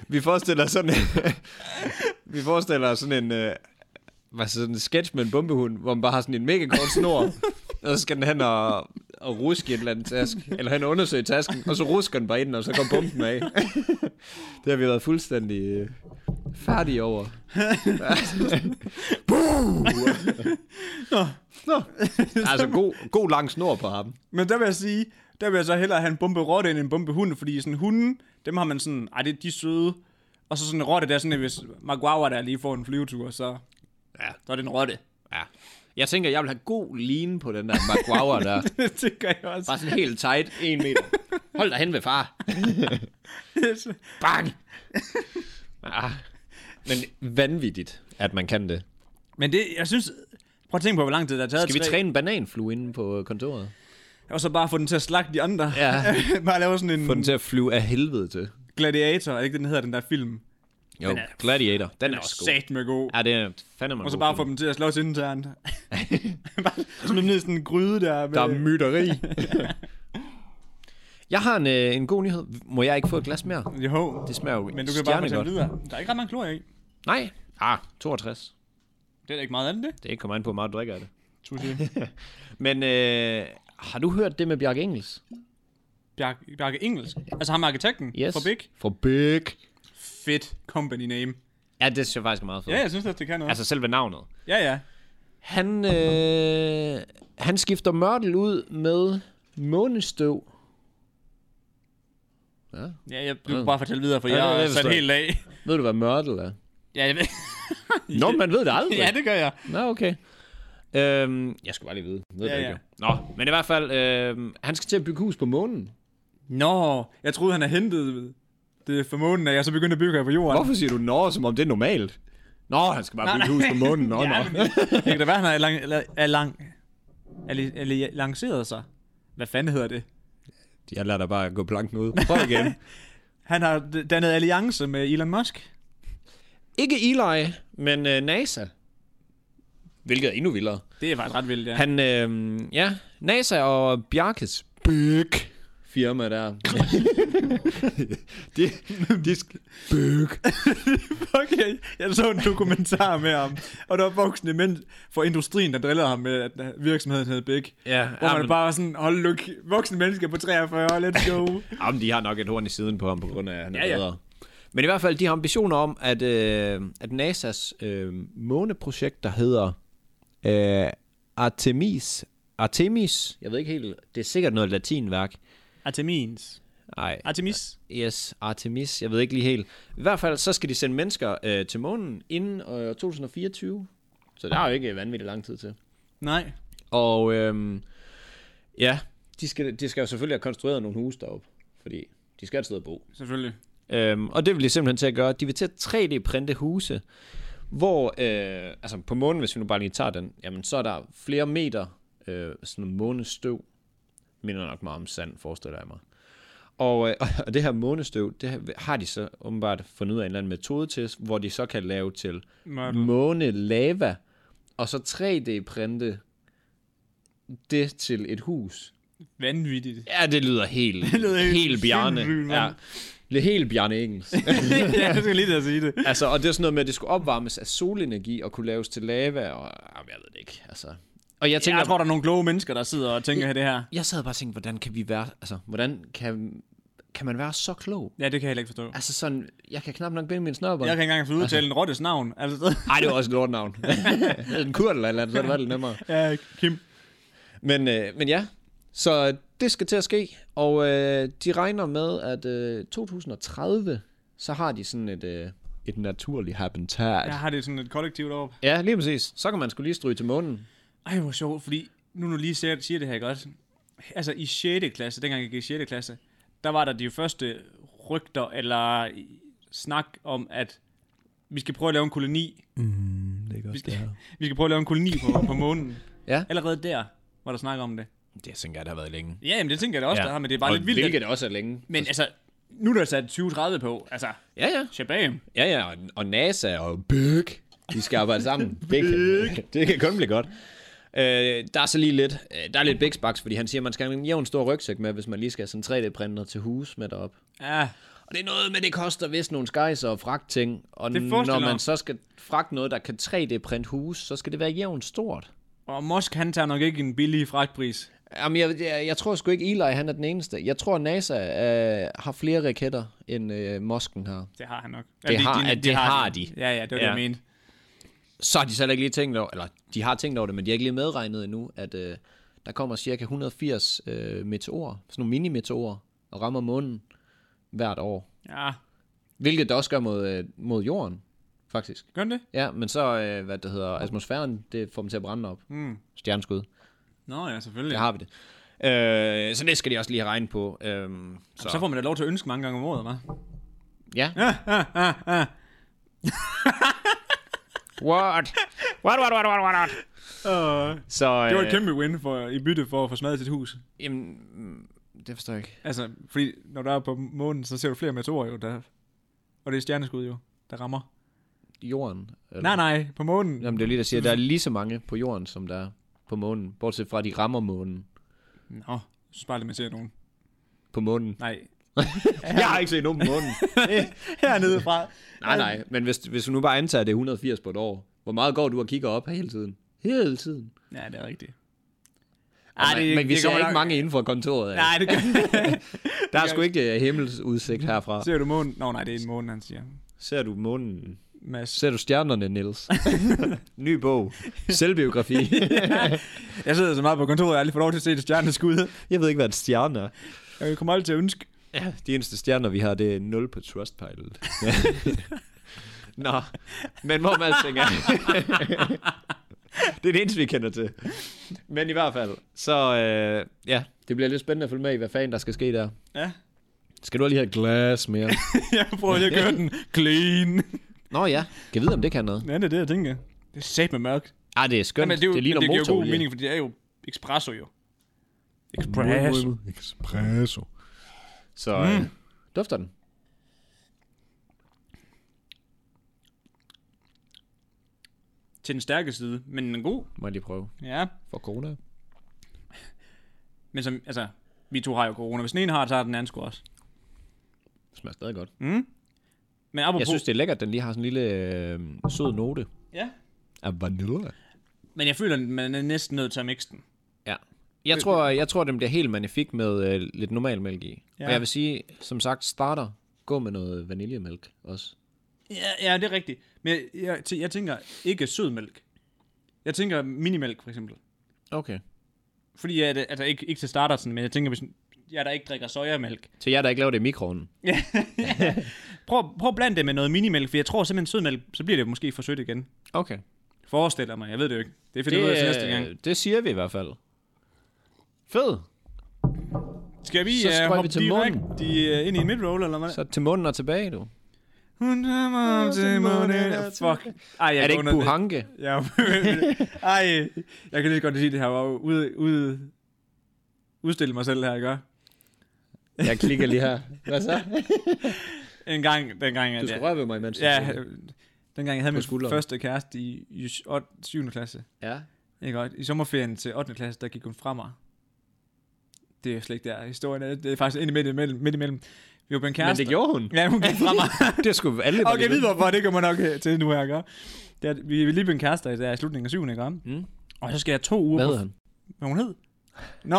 Speaker 1: Vi forestiller sådan en, vi forestiller os sådan en, øh, hvad så, sådan en sketch med en bombehund, hvor man bare har sådan en mega kort snor, og så skal den hen og, og ruske i et eller andet task, eller hen og undersøge tasken, og så rusker den bare ind, og så går bomben af. det har vi været fuldstændig øh, færdige over. Nå. Altså, god, god lang snor på ham.
Speaker 2: Men der vil jeg sige, der vil jeg så hellere have en bombe rotte end en bombe hund, fordi sådan hunden, dem har man sådan, ej, det, de er søde. Og så sådan en rotte, der er sådan, at hvis Maguava der lige får en flyvetur, så,
Speaker 1: Ja.
Speaker 2: så er det en rotte.
Speaker 1: Ja. Jeg tænker, jeg vil have god line på den der Maguire der.
Speaker 2: det gør jeg også.
Speaker 1: Bare sådan helt tight, en meter. Hold dig hen ved far. Bang! Ah. Men vanvittigt, at man kan det.
Speaker 2: Men det, jeg synes, prøv at tænke på, hvor lang tid det har taget.
Speaker 1: Skal vi
Speaker 2: Tre-
Speaker 1: træne en bananflue inde på øh, kontoret?
Speaker 2: Og så bare få den til at slagte de andre.
Speaker 1: Ja.
Speaker 2: bare lave sådan en
Speaker 1: Få den til at flyve af helvede til.
Speaker 2: gladiator, er det ikke den hedder, den der film?
Speaker 1: Jo,
Speaker 2: Den er-
Speaker 1: Gladiator. Den er også god.
Speaker 2: Sat med god.
Speaker 1: Ja, det er fandme
Speaker 2: Og så bare få dem til at slås internt. bare smid dem ned i sådan en gryde der. Med...
Speaker 1: Der er myteri. jeg har en, øh, en god nyhed. Må jeg ikke få et glas mere?
Speaker 2: Jo,
Speaker 1: Det smager jo
Speaker 2: men du kan bare få
Speaker 1: stjernegodt.
Speaker 2: dem videre. Der er ikke ret mange kalorier i.
Speaker 1: Nej. Ah, 62.
Speaker 2: Det er da ikke meget andet, det.
Speaker 1: Det kommer an på, hvor meget du drikker af det.
Speaker 2: Tusind.
Speaker 1: Men øh, har du hørt det med Bjarke Engels?
Speaker 2: Bjarke, Bjarke Engelsk. Altså ham arkitekten fra Big.
Speaker 1: For Big.
Speaker 2: Fedt company name.
Speaker 1: Ja, det synes jeg faktisk er meget fedt.
Speaker 2: Ja, jeg synes, at det kan noget. Altså...
Speaker 1: Altså selve navnet.
Speaker 2: Ja, ja.
Speaker 1: Han, øh, han skifter mørtel ud med månestøv. Ja.
Speaker 2: ja jeg, du kan bare fortælle videre, for
Speaker 1: Ja,
Speaker 2: jeg
Speaker 1: det er det,
Speaker 2: har
Speaker 1: jeg
Speaker 2: sat
Speaker 1: forstår.
Speaker 2: helt af.
Speaker 1: Ved du, hvad mørtel er?
Speaker 2: Ja, jeg ved.
Speaker 1: Nå, man ved det aldrig.
Speaker 2: ja, det gør jeg.
Speaker 1: Nå, okay. Øhm, jeg skulle bare lige vide. Ved
Speaker 2: Ja,
Speaker 1: det
Speaker 2: ja.
Speaker 1: ikke. Nå, men i hvert fald, øh, han skal til at bygge hus på månen.
Speaker 2: Nå, jeg troede, han havde hentet det for månen, og jeg så begyndte at bygge her på jorden.
Speaker 1: Hvorfor siger du nå, som om det er normalt? Nå, han skal bare bygge hus på månen. Nå,
Speaker 2: Ja,
Speaker 1: nå.
Speaker 2: men det- det kan da være, han har lang, la- er lang, eller, eller lanceret sig. Hvad fanden hedder det?
Speaker 1: Jeg lader dig bare gå planken ud. Prøv igen.
Speaker 2: Han har d- dannet alliance med Elon Musk.
Speaker 1: Ikke Eli, men øh, NASA. Hvilket er endnu vildere.
Speaker 2: Det er faktisk ret vildt, ja.
Speaker 1: Han, øh, ja, NASA og Bjarkes big firma der. de, de sk- big.
Speaker 2: Okay, jeg så en dokumentar med ham, og der var voksne mænd fra industrien, der drillede ham med, at virksomheden hed Big.
Speaker 1: Ja,
Speaker 2: Hvor man
Speaker 1: men-
Speaker 2: bare var sådan, hold look, voksne mennesker på 43, let's go.
Speaker 1: Jamen, de har nok et horn i siden på ham, på grund af, at han er
Speaker 2: Ja, ja.
Speaker 1: bedre. Men i hvert fald, de har ambitioner om, at, øh, at NASA's øh, måneprojekt, der hedder øh, Artemis, Artemis, jeg ved ikke helt, det er sikkert noget latinværk.
Speaker 2: Artemis.
Speaker 1: Nej,
Speaker 2: Artemis.
Speaker 1: Yes, E Artemis, jeg ved ikke lige helt. I hvert fald, så skal de sende mennesker øh, til månen inden øh, 2024. Så der er jo ikke vanvittigt lang tid til.
Speaker 2: Nej.
Speaker 1: Og øhm, ja, de skal, de skal jo selvfølgelig have konstrueret nogle huse deroppe, fordi de skal et sted at bo.
Speaker 2: Selvfølgelig.
Speaker 1: Øhm, og det vil de simpelthen til at gøre. De vil til at 3D-printe huse, hvor, øh, altså på månen, hvis vi nu bare lige tager den, jamen så er der flere meter øh, sådan noget månestøv. Minder nok meget om sand, forestiller jeg mig. Og, øh, og det her månestøv, det har- har de så åbenbart fundet ud af en eller anden metode til, hvor de så kan lave til
Speaker 2: Mørtel.
Speaker 1: månelava, og så 3D-printe det til et hus.
Speaker 2: Vanvittigt.
Speaker 1: Ja, det lyder helt, det
Speaker 2: lyder
Speaker 1: lyder
Speaker 2: helt
Speaker 1: helt, helt bjarne.
Speaker 2: sindssygt, mand.
Speaker 1: Ja, det er helt bjarne engelsk.
Speaker 2: ja, jeg skal lige til at sige det.
Speaker 1: altså, og det er sådan noget med, at det skulle opvarmes af solenergi og kunne laves til lava, og jamen, jeg ved det ikke, altså. Og jeg tænker,
Speaker 2: Jeg tror, der er nogle kloge mennesker, der sidder og tænker det her.
Speaker 1: jeg sad bare og tænkte, hvordan kan vi være, altså, hvordan kan, kan man være så klog?
Speaker 2: Ja, det kan jeg heller ikke forstå.
Speaker 1: Altså sådan, jeg kan knap nok binde min
Speaker 2: Jeg
Speaker 1: snørbånd.
Speaker 2: kan ikke engang få udtale en rottes navn. Altså,
Speaker 1: Nej, det var også et lortnavn. en kurd eller et eller andet, så det var det nemmere.
Speaker 2: ja, Kim.
Speaker 1: Men, øh, men ja, så det skal til at ske, og øh, de regner med, at øh, 2030, så har de sådan et, øh, et naturligt habitat.
Speaker 2: Jeg
Speaker 1: Ja.
Speaker 2: har det sådan et kollektivt op.
Speaker 1: ja, lige præcis. Så kan man skulle lige stryge til månen.
Speaker 2: Ej, hvor sjovt, fordi nu nu lige siger, siger det her godt. Altså i 6. klasse, dengang jeg gik i 6. klasse, der var der de første rygter eller i- snak om, at vi skal prøve at lave en koloni. Mm, det vi skal, vi skal prøve at lave en koloni på, på månen.
Speaker 1: Ja.
Speaker 2: Allerede der var der snak om det.
Speaker 1: Det tænker jeg, der har været længe.
Speaker 2: Ja, jamen, det tænker jeg da også, ja. der har, men det er bare
Speaker 1: og
Speaker 2: lidt vildt.
Speaker 1: Hvilket
Speaker 2: At,
Speaker 1: det også er længe.
Speaker 2: men altså, nu er der sat 2030 på. Altså,
Speaker 1: Ja, ja.
Speaker 2: shabam.
Speaker 1: Ja, ja, og, og NASA og Bøg, de skal arbejde sammen. det, kan, det kan kun blive godt. Øh, der er så lige lidt, øh, der er lidt bæksbaks, fordi han siger, at man skal have en jævn stor rygsæk med, hvis man lige skal have sådan 3D-printer til hus med derop.
Speaker 2: Ja,
Speaker 1: Og det er noget med, det koster vist nogle skejser og fragt ting. Og
Speaker 2: Det forestiller
Speaker 1: når man
Speaker 2: jeg.
Speaker 1: så skal fragte noget, der kan 3D-print hus, så skal det være jævnt stort.
Speaker 2: og Musk, han tager nok ikke en billig fragtpris.
Speaker 1: Jamen, jeg, jeg, jeg tror sgu ikke, Eli han er den eneste. Jeg tror, NASA øh, har flere raketter, end øh, Mosken har.
Speaker 2: Det har han nok. Altså,
Speaker 1: Det har- ja, det har de.
Speaker 2: Ja, ja, det var ja. det,
Speaker 1: Ja.
Speaker 2: jeg mente.
Speaker 1: så har de selv ikke lige tænkt over, eller de har tænkt over det, men de har ikke lige medregnet endnu, at øh, der kommer cirka 180 øh, meteorer, sådan nogle mini-meteorer, og rammer månen hvert år.
Speaker 2: Ja,
Speaker 1: Hvilket det også gør mod, øh, mod jorden, faktisk.
Speaker 2: gør han det?
Speaker 1: Ja, men så, øh, hvad det hedder, atmosfæren, det får dem til at brænde op.
Speaker 2: Mm.
Speaker 1: Stjerneskud,
Speaker 2: Nå ja, selvfølgelig.
Speaker 1: der har vi det. Øh, så det skal de også lige have regnet på. Øh,
Speaker 2: så.
Speaker 1: så.
Speaker 2: så får man da lov til at ønske mange gange om året, hva'?
Speaker 1: Ja.
Speaker 2: Ah, ah, ah.
Speaker 1: What?
Speaker 2: What, what, what, what, what, what? Uh,
Speaker 1: Så, øh,
Speaker 2: det var et kæmpe win for, i bytte for at få smadret sit hus.
Speaker 1: Jamen, mm, det forstår jeg ikke.
Speaker 2: Altså, fordi når du er på månen, så ser du flere meteorer jo, der... Og det er stjerneskud jo, der rammer.
Speaker 1: Jorden? Eller?
Speaker 2: Nej, nej, på månen.
Speaker 1: Jamen, det er jo lige, der siger, at der er lige så mange på jorden, som der er på månen. Bortset fra, at de rammer månen.
Speaker 2: Nå, jeg synes bare, at man ser nogen.
Speaker 1: På månen.
Speaker 2: Nej.
Speaker 1: Jeg har ikke set nogen på månen.
Speaker 2: Hernede fra.
Speaker 1: nej, nej. Men hvis, hvis du nu bare antager, at det er 180 på et år, hvor meget går du og kigger op hele tiden? Hele tiden.
Speaker 2: Ja, det er rigtigt.
Speaker 1: Ej, det, men vi det ser
Speaker 2: kommer
Speaker 1: ikke
Speaker 2: nok-
Speaker 1: mange inden for kontoret.
Speaker 2: Nej,
Speaker 1: Altså.
Speaker 2: det gør
Speaker 1: Der er sgu ikke øh, himmelsudsigt herfra.
Speaker 2: Ser du månen? Nå, nej, det er en måne, han siger.
Speaker 1: Ser du månen?
Speaker 2: Mads.
Speaker 1: Ser du stjernerne, Niels? Ny bog. Selvbiografi.
Speaker 2: Jeg sidder så meget på kontoret, jeg aldrig får lov til at se det stjerneskud.
Speaker 1: jeg ved ikke, hvad en stjerne er.
Speaker 2: Jeg kommer aldrig til at ønske.
Speaker 1: Ja, de eneste stjerner, vi har, det er 0 på Trustpilot. Ja. Nå, men hvor man tænker... det er det eneste, vi kender til. Men i hvert fald, så øh, ja. Det bliver lidt spændende at følge med i, hvad fanden der skal ske der.
Speaker 2: Ja.
Speaker 1: Skal du lige have et glas mere?
Speaker 2: Jeg prøver lige at gøre den clean.
Speaker 1: Nå ja, kan vide, om det kan noget.
Speaker 2: Ja, det er det, jeg tænker. Det er sat med mørkt.
Speaker 1: Ah, det er skønt.
Speaker 2: Jamen, det, er jo,
Speaker 1: det ligner
Speaker 2: men det giver jo god
Speaker 1: motorolie.
Speaker 2: mening, for det er jo espresso jo. Espresso.
Speaker 1: Espresso. Så øh, mm. dufter den.
Speaker 2: Til den stærke side, men en god.
Speaker 1: Må jeg lige prøve.
Speaker 2: Ja,
Speaker 1: For corona.
Speaker 2: men som, altså, vi to har jo corona. Hvis den ene har det, så har den anden sgu også.
Speaker 1: Det smager stadig godt.
Speaker 2: Men apropos...
Speaker 1: Jeg synes, det er lækkert, at den lige har sådan en lille øh, sød note
Speaker 2: Ja.
Speaker 1: af vanilla.
Speaker 2: Men jeg føler, at man er næsten nødt til at mixe den.
Speaker 1: Ja. Jeg tror, jeg tror, den bliver helt magnifik med øh, lidt normal mælk i.
Speaker 2: Ja.
Speaker 1: Ja. Og jeg vil sige, som sagt, starter, gå med noget vaniljemælk også.
Speaker 2: Ja, ja det er rigtigt. Men jeg, jeg, tæ- jeg tænker ikke sødmælk. Jeg tænker minimælk, for eksempel.
Speaker 1: Okay.
Speaker 2: Fordi jeg er det- altså ikke, ikke til starter sådan, men jeg tænker, hvis jeg der ikke drikker sojamælk.
Speaker 1: Til jer, der ikke laver det i mikroovnen.
Speaker 2: Prøv, prøv at blande det med noget minimælk, for jeg tror simpelthen sødmælk, så bliver det måske for sødt igen.
Speaker 1: Okay.
Speaker 2: Forestiller mig, jeg ved det jo ikke. Det finder
Speaker 1: Det, øh,
Speaker 2: jeg ud af til næste gang.
Speaker 1: det, det siger vi i hvert fald. Fed.
Speaker 2: Skal vi
Speaker 1: Så
Speaker 2: uh,
Speaker 1: strøg vi
Speaker 2: hoppe
Speaker 1: til
Speaker 2: direkte i, uh, ind i en midroll, eller hvad?
Speaker 1: Så til munden og tilbage, du.
Speaker 2: Hun kommer til månen. Fuck. Ej, jeg
Speaker 1: er det
Speaker 2: går
Speaker 1: ikke
Speaker 2: under
Speaker 1: buhanke?
Speaker 2: Ja, ej, jeg kan lige godt sige, at det her var jo ude, ude, udstille mig selv her, ikke? også?
Speaker 1: Jeg klikker lige her. Hvad så?
Speaker 2: En gang, den gang,
Speaker 1: Du
Speaker 2: at
Speaker 1: skal
Speaker 2: jeg,
Speaker 1: røre ved mig, mens jeg
Speaker 2: ja,
Speaker 1: siger det.
Speaker 2: den gang jeg havde
Speaker 1: På
Speaker 2: min
Speaker 1: skulderen.
Speaker 2: første kæreste i, i 7. klasse,
Speaker 1: ja.
Speaker 2: ikke? også? I sommerferien til 8. klasse, der gik hun fra mig. Det er jo slet ikke der. Historien er, det er faktisk ind i midt imellem. Midt imellem. Vi var blevet
Speaker 1: Men
Speaker 2: kærester.
Speaker 1: det gjorde hun.
Speaker 2: Ja, hun gik fra mig.
Speaker 1: Det skulle alle der
Speaker 2: Okay,
Speaker 1: lige
Speaker 2: vi
Speaker 1: ved.
Speaker 2: hvorfor, det kommer nok øh, til nu her, ikke? også? Det er, at vi er lige blevet kærester i, der i slutningen af 7. ikke? også?
Speaker 1: Mm.
Speaker 2: Og så skal jeg to uger
Speaker 1: Hvad
Speaker 2: på
Speaker 1: hedder han?
Speaker 2: hvad hun hed. Nå,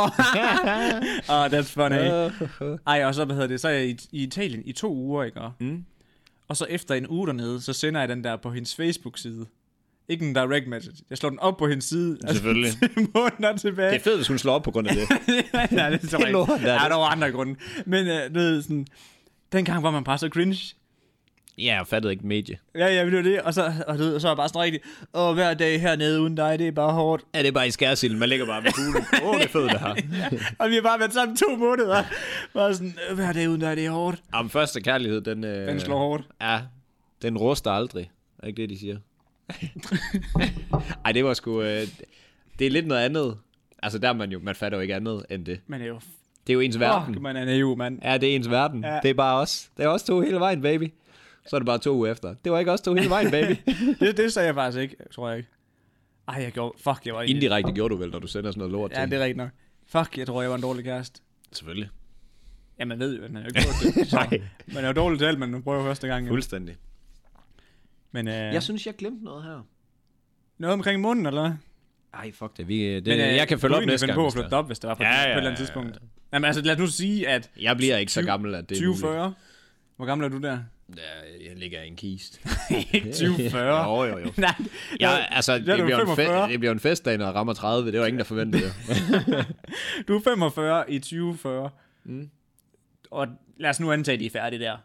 Speaker 2: oh, that's funny. Ej, og så, hvad hedder det, så er jeg i, i Italien i to uger, ikke? Og-
Speaker 1: Mm.
Speaker 2: Og så efter en uge dernede, så sender jeg den der på hendes Facebook-side. Ikke en direct message. Jeg slår den op på hendes side.
Speaker 1: Selvfølgelig.
Speaker 2: Altså, måneder
Speaker 1: Det
Speaker 2: tilbage.
Speaker 1: er fedt, hvis hun slår op på grund af det.
Speaker 2: ja, det er så
Speaker 1: Det lort,
Speaker 2: rigtigt.
Speaker 1: der er
Speaker 2: Ja,
Speaker 1: det.
Speaker 2: der var andre grunde. Men øh, du ved, sådan, dengang var man bare så cringe.
Speaker 1: Ja, jeg fattede ikke medie.
Speaker 2: Ja, ja, men det var det. Og så, og, du ved, så er jeg bare sådan rigtig, og hver dag hernede uden dig, det er bare hårdt.
Speaker 1: Ja, det er bare i skærsilden. Man ligger bare med kuglen. Åh, oh, det er fedt, det her.
Speaker 2: Og vi har bare været sammen to måneder. Bare sådan, "Øh, hver dag uden dig, det er hårdt.
Speaker 1: Jamen, første kærlighed, den... Øh,
Speaker 2: Den slår hårdt.
Speaker 1: Ja, den ruster aldrig. Er ikke det, de siger? Ej, det var sgu... Øh, det er lidt noget andet. Altså, der er man jo... Man fatter jo ikke andet end det.
Speaker 2: Man er jo... f-
Speaker 1: Det er jo ens verden.
Speaker 2: Fuck, man er naiv, mand.
Speaker 1: Ja, det er ens verden.
Speaker 2: Ja.
Speaker 1: Ja. Det er bare os. Det er os to hele vejen, baby. Så er det bare to uger efter. Det var ikke os to hele vejen, baby.
Speaker 2: Det, det sagde jeg faktisk ikke, tror jeg ikke. Ej, jeg gjorde... Fuck, jeg var ikke...
Speaker 1: Indirekte gjorde du vel, når du sender sådan noget lort
Speaker 2: Ja,
Speaker 1: til.
Speaker 2: det er rigtigt nok. Fuck, jeg tror, jeg var en dårlig kæreste.
Speaker 1: Selvfølgelig.
Speaker 2: Ja, man ved jo, at man har jo ikke gjort det. Så.
Speaker 1: Nej.
Speaker 2: Man er jo dårlig til alt, men nu prøver første gang. Jo.
Speaker 1: Fuldstændig.
Speaker 2: Men øh,
Speaker 1: Jeg synes, jeg glemte noget her.
Speaker 2: noget omkring munden, eller hvad?
Speaker 1: Ej, fuck det. Vi, øh, det
Speaker 2: Men, øh,
Speaker 1: jeg kan
Speaker 2: du
Speaker 1: følge op
Speaker 2: egentlig
Speaker 1: næste
Speaker 2: finde
Speaker 1: gang.
Speaker 2: på at
Speaker 1: hvis det
Speaker 2: flytte det op, hvis det var på,
Speaker 1: Ja,
Speaker 2: ja, ja,
Speaker 1: ja,
Speaker 2: på et eller andet
Speaker 1: ja, ja.
Speaker 2: tidspunkt. Jamen altså, lad os nu sige, at
Speaker 1: er. Jeg bliver ikke så
Speaker 2: 20
Speaker 1: gammel, at det er 20,
Speaker 2: 2040... Hvor gammel er du der?
Speaker 1: Ja, jeg ligger i en kiste.
Speaker 2: Ikke 2040.
Speaker 1: Jo, jo, jo.
Speaker 2: Nej,
Speaker 1: Jeg, altså, det,
Speaker 2: er du
Speaker 1: bliver en fe-
Speaker 2: 45.
Speaker 1: det bliver en festdag, når jeg rammer 30. Det var ingen, der forventede det.
Speaker 2: du er 45 i 2040. Mm. Og lad os nu antage, at de er færdige der.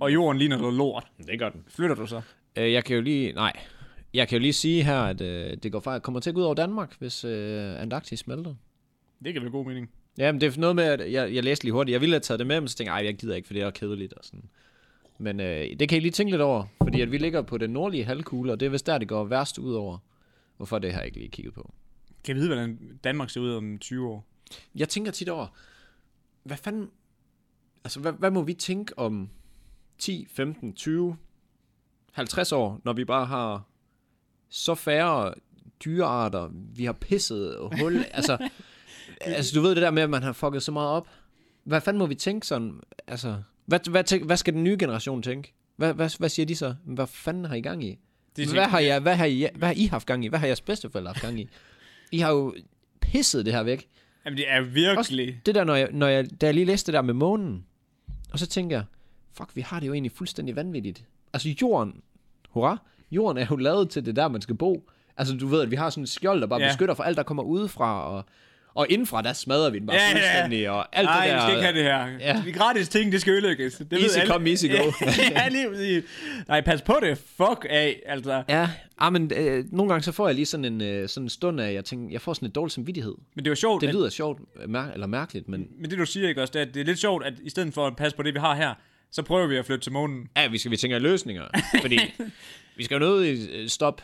Speaker 2: Og jorden ligner noget lort.
Speaker 1: Det gør den.
Speaker 2: Flytter du så?
Speaker 1: Øh, jeg kan jo lige... Nej. Jeg kan jo lige sige her, at øh, det går faktisk, kommer til at gå ud over Danmark, hvis øh, Antarktis smelter.
Speaker 2: Det kan vel god mening.
Speaker 1: Jamen, det er noget med, at jeg, jeg læste lige hurtigt. Jeg ville have taget det med, men så tænkte jeg, "Ej, jeg gider ikke, for det er kedeligt og sådan. Men øh, det kan I lige tænke lidt over, fordi at vi ligger på den nordlige halvkugle, og det er vist der, det går værst ud over. Hvorfor det har jeg ikke lige kigget på.
Speaker 2: Kan jeg vide, hvordan Danmark ser ud om 20 år?
Speaker 1: Jeg tænker tit over, hvad fanden... Altså, hvad, hvad må vi tænke om 10, 15, 20, 50 år, når vi bare har så færre dyrearter, vi har pisset hul, altså, altså du ved det der med, at man har fucket så meget op. Hvad fanden må vi tænke sådan, altså, hvad, hvad, tænk, hvad skal den nye generation tænke? Hvad, hvad, hvad siger de så? Hvad fanden har I gang i?
Speaker 2: Det er
Speaker 1: Hvad har, jeg, hvad, har I, hvad har I haft gang i? Hvad har jeres bedsteforældre haft gang i? I har jo pisset det her væk.
Speaker 2: Jamen, det er virkelig...
Speaker 1: Det der, når jeg, når jeg, da jeg lige læste det der med månen, og så tænker jeg, fuck, vi har det jo egentlig fuldstændig vanvittigt. Altså jorden, hurra, jorden er jo lavet til det der, man skal bo. Altså du ved, at vi har sådan en skjold, der bare
Speaker 2: Ja.
Speaker 1: ja. beskytter for alt, der kommer udefra, og, og indenfra, der smadrer vi den bare
Speaker 2: Ja,
Speaker 1: ja,
Speaker 2: ja, ja.
Speaker 1: fuldstændig, ja. og alt
Speaker 2: Nej,
Speaker 1: det der.
Speaker 2: vi skal ikke have det her. Ja.
Speaker 1: Ja.
Speaker 2: De gratis ting, det skal ødelægges. Det
Speaker 1: Easy come, easy go.
Speaker 2: ja, lige præcis. Nej, pas på det. Fuck af, altså.
Speaker 1: Ja, ah, men øh, nogle gange så får jeg lige sådan en, øh, sådan en stund af, jeg tænker, jeg får sådan et dårlig samvittighed.
Speaker 2: Men det er jo sjovt,
Speaker 1: Det
Speaker 2: at,
Speaker 1: lyder sjovt, øh, mær- eller mærkeligt, men...
Speaker 2: men det du siger, ikke også, det er, at det er lidt sjovt, at i stedet for at passe på det, vi har her, så prøver vi at flytte til månen.
Speaker 1: Ja, vi skal vi tænker løsninger, fordi vi skal jo nå i øh, stop,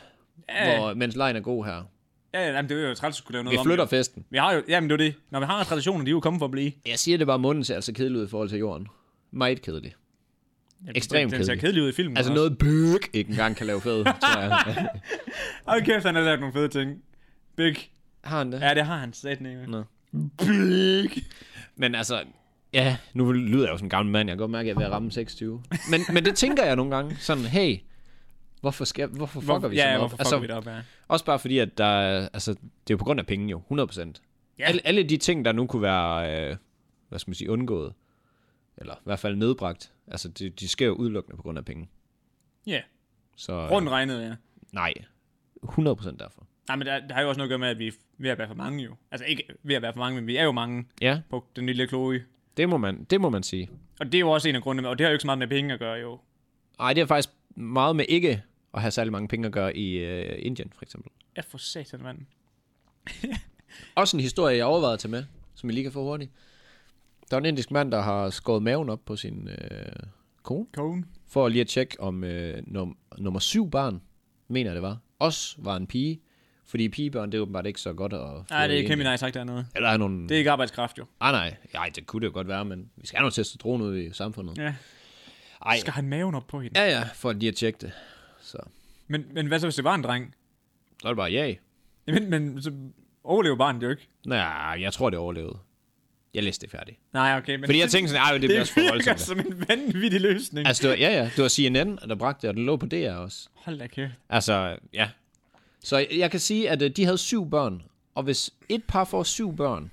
Speaker 2: Ja.
Speaker 1: hvor, mens lejen er god her.
Speaker 2: Ja, jamen, det er jo træls at skulle lave noget
Speaker 1: Vi
Speaker 2: om.
Speaker 1: flytter
Speaker 2: jo.
Speaker 1: festen.
Speaker 2: Vi har jo, jamen det er jo det. Når vi har traditioner, de er jo kommet for at blive.
Speaker 1: Jeg siger det bare, munden ser altså kedelig ud i forhold til jorden. Meget kedelig.
Speaker 2: Jamen,
Speaker 1: Ekstremt
Speaker 2: den, den ser
Speaker 1: kedelig.
Speaker 2: kedelig ud i filmen.
Speaker 1: Altså
Speaker 2: også.
Speaker 1: noget byg ikke engang kan lave fed, tror jeg.
Speaker 2: Hold kæft, han har lavet nogle fede ting. Big.
Speaker 1: Har han det?
Speaker 2: Ja, det har han sætning.
Speaker 1: Nå.
Speaker 2: Big.
Speaker 1: Men altså, ja, nu lyder jeg jo som en gammel mand. Jeg kan godt mærke, at jeg er ved at ramme 26. Men, men det tænker jeg nogle gange. Sådan, hey, hvorfor, skal, hvorfor fucker
Speaker 2: Hvor,
Speaker 1: vi så
Speaker 2: ja,
Speaker 1: meget?
Speaker 2: hvorfor fucker
Speaker 1: altså,
Speaker 2: vi det op, ja.
Speaker 1: Også bare fordi, at der, er- altså, det er jo på grund af penge jo, 100%.
Speaker 2: Ja.
Speaker 1: Ja. Alle, alle de ting, der nu kunne være, øh, hvad skal man sige, undgået, eller i hvert fald nedbragt, altså de, de sker jo udelukkende på grund af penge.
Speaker 2: Ja,
Speaker 1: Så
Speaker 2: rundt regnet, ja.
Speaker 1: nej, 100% derfor.
Speaker 2: Nej, men der, der har jo også noget at gøre med, at vi er ved at være for mange jo. Altså ikke ved at være for mange, men vi er jo mange
Speaker 1: Ja,
Speaker 2: på den lille kloge.
Speaker 1: det må man, det må man sige.
Speaker 2: Og det er jo også en af grundene, og det har jo ikke så meget med penge at gøre jo.
Speaker 1: Ej, det er faktisk meget med ikke at have særlig mange penge at gøre i øh, Indien, for eksempel.
Speaker 2: Ja, for satan, mand.
Speaker 1: Også en historie, jeg overvejede at tage med, som jeg lige kan få hurtigt. Der er en indisk mand, der har skåret maven op på sin øh, kone,
Speaker 2: Kone.
Speaker 1: for lige at tjekke, om øh, num- nummer syv barn, mener jeg det var, også var en pige. Fordi pigebørn, det er åbenbart ikke så godt at få
Speaker 2: Nej, det er
Speaker 1: i
Speaker 2: kæmpe
Speaker 1: Indien.
Speaker 2: nej tak dernede.
Speaker 1: Eller er nogle...
Speaker 2: Det er ikke arbejdskraft jo.
Speaker 1: Ah, nej, nej, det kunne det jo godt være, men vi skal have noget testosteron ud i samfundet.
Speaker 2: Ja.
Speaker 1: Ej,
Speaker 2: Skal han maven op på hende?
Speaker 1: ja, ja, for lige at tjekke det. Så,
Speaker 2: Men, men hvad så, hvis det var en dreng?
Speaker 1: så er det bare, ja. Yeah.
Speaker 2: Jamen, men så overlever barnet jo ikke.
Speaker 1: Nej, jeg tror, det overlevede. Jeg læste det færdigt.
Speaker 2: Nej, okay, men
Speaker 1: Fordi jeg tænkte sådan, nej, det,
Speaker 2: det,
Speaker 1: bliver også for
Speaker 2: det virker
Speaker 1: voldsomt.
Speaker 2: som en vanvittig løsning. Altså,
Speaker 1: Altså, det var, ja, ja, det var CNN, der bragte det, og den lå på DR også.
Speaker 2: Hold da kæft.
Speaker 1: Altså, ja. Så jeg, jeg kan sige, at øh, de havde syv børn, og hvis et par får syv børn,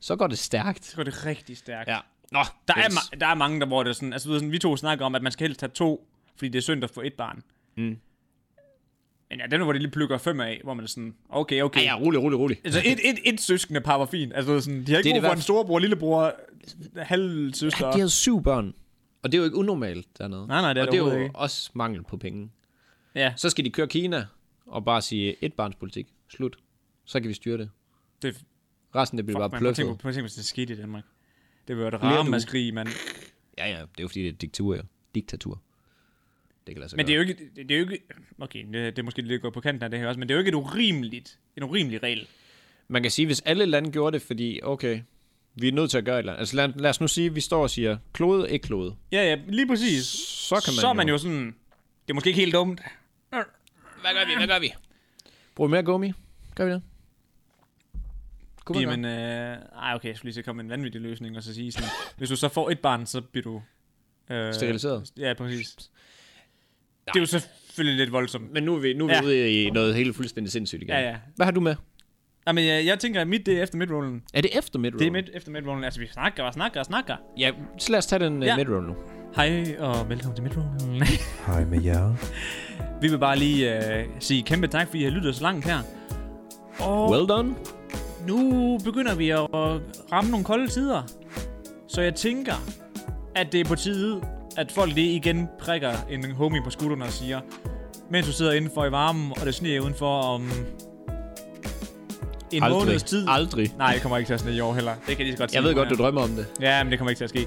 Speaker 1: så går det stærkt.
Speaker 2: Så går det rigtig stærkt.
Speaker 1: Ja. Nå,
Speaker 2: Der, er, ma- der er mange, der hvor det er sådan, altså du ved, sådan, vi to snakker om, at man skal helst have to, fordi det er synd at få et barn. Mm. Men ja, den hvor de lige plukker fem af, hvor man er sådan, okay, okay.
Speaker 1: Ja, ja, rolig, rolig, rolig.
Speaker 2: Altså et, et, et søskende par var fint. Altså du ved, sådan, de har ikke
Speaker 1: Det er
Speaker 2: brug
Speaker 1: det
Speaker 2: for
Speaker 1: værd-
Speaker 2: en storebror, lillebror,
Speaker 1: Ja,
Speaker 2: halvsøster.
Speaker 1: de havde syv børn, og det er jo ikke unormalt dernede.
Speaker 2: Nej, nej, det
Speaker 1: og
Speaker 2: er det
Speaker 1: det er jo
Speaker 2: overhovedet ikke.
Speaker 1: også mangel på penge.
Speaker 2: Ja,
Speaker 1: Så skal de køre Kina og bare sige et barns politik. Slut. Så kan vi styre det.
Speaker 2: det er fuck,
Speaker 1: Resten det bliver
Speaker 2: man.
Speaker 1: bare
Speaker 2: Prøv at tænke på,
Speaker 1: plukket.
Speaker 2: prøv at tænke på, hvis det skete i Danmark. Det var et
Speaker 1: Lærer du?
Speaker 2: ramaskrig, mand.
Speaker 1: Ja, ja, det er jo fordi, det er diktatur. Diktatur. det kan lade sig
Speaker 2: Men det
Speaker 1: gøre.
Speaker 2: er jo ikke... Det, det er jo ikke okay, det, det er måske lidt gået på kanten af det her også, men det er jo ikke et urimeligt, en urimelig regel.
Speaker 1: Man kan sige, hvis alle lande gjorde det, fordi, okay, vi er nødt til at gøre et eller andet. Altså lad, lad os nu sige, at vi står og siger, klode, ikke klode.
Speaker 2: Ja, ja, lige præcis. Så
Speaker 1: kan man
Speaker 2: så er
Speaker 1: jo-
Speaker 2: man jo sådan... Det er måske ikke helt dumt.
Speaker 1: Hvad gør vi? Hvad gør vi? Brug mere gummi. Gør vi det? Kunne man
Speaker 2: Jamen, øh, ej, okay, jeg skulle lige til at komme med en vanvittig løsning, og så sige sådan, hvis du så får et barn, så bliver du... Øh,
Speaker 1: Steriliseret.
Speaker 2: Ja, præcis. Det er jo selvfølgelig lidt voldsomt.
Speaker 1: Men nu er vi, nu er vi
Speaker 2: Ja.
Speaker 1: ja. ude i noget helt fuldstændig sindssygt igen.
Speaker 2: Ja, ja.
Speaker 1: Hvad har du med?
Speaker 2: Ej, men øh, jeg, jeg tænker, at mit det er efter midrollen.
Speaker 1: Er det efter midroll?
Speaker 2: Det er midt efter midrollen. Altså, vi snakker og snakker og snakker.
Speaker 1: Ja, så lad os tage den
Speaker 2: Ja.
Speaker 1: ja. midroll nu.
Speaker 2: Hej, og velkommen til midrollen.
Speaker 4: Hej med jer.
Speaker 2: vi vil bare lige øh, sige kæmpe tak, fordi I har lyttet så langt her. Og
Speaker 1: Well done.
Speaker 2: nu begynder vi at ramme nogle kolde tider. Så jeg tænker, at det er på tide, at folk lige igen prikker en homie på skulderen og siger, mens du sidder indenfor i varmen, og det sneer udenfor om en
Speaker 1: Aldrig.
Speaker 2: måneds tid.
Speaker 1: Aldrig.
Speaker 2: Nej, det kommer ikke til at sne i år heller. Det kan jeg lige så godt sige
Speaker 1: Jeg ved
Speaker 2: nu
Speaker 1: godt,
Speaker 2: her.
Speaker 1: du drømmer om det.
Speaker 2: Ja, men det kommer ikke til at ske.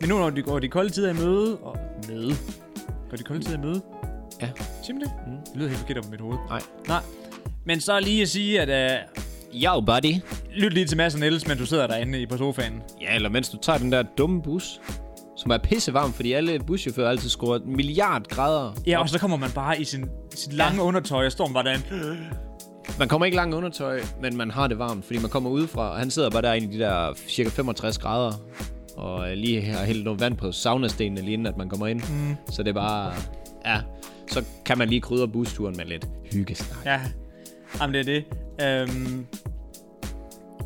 Speaker 2: Men nu når de går de kolde tider i møde... Og møde? Går de kolde tider i møde?
Speaker 1: Ja.
Speaker 2: Siger man det? Mm. Det lyder helt forkert op i mit hoved.
Speaker 1: Nej.
Speaker 2: Nej. Men så lige at sige, at uh,
Speaker 1: Yo, buddy.
Speaker 2: lyt lige til Mads og Niels, mens du sidder derinde i på sofaen.
Speaker 1: Ja, eller mens du tager den der dumme bus, som er pissevarm, fordi alle buschauffører altid skruer en milliard grader.
Speaker 2: Ja, og så kommer man bare i sin, sit lange undertøj og står bare derinde.
Speaker 1: Man kommer ikke langt i undertøj, men man har det varmt, fordi man kommer udefra, og han sidder bare derinde i de der cirka 65 grader, og øh, lige har hældt noget vand på saunastenene lige inden, at man kommer ind. Mm. Så det er bare... Ja, så kan man lige krydre busturen med lidt hyggesnak.
Speaker 2: Ja, jamen det er det. Øhm.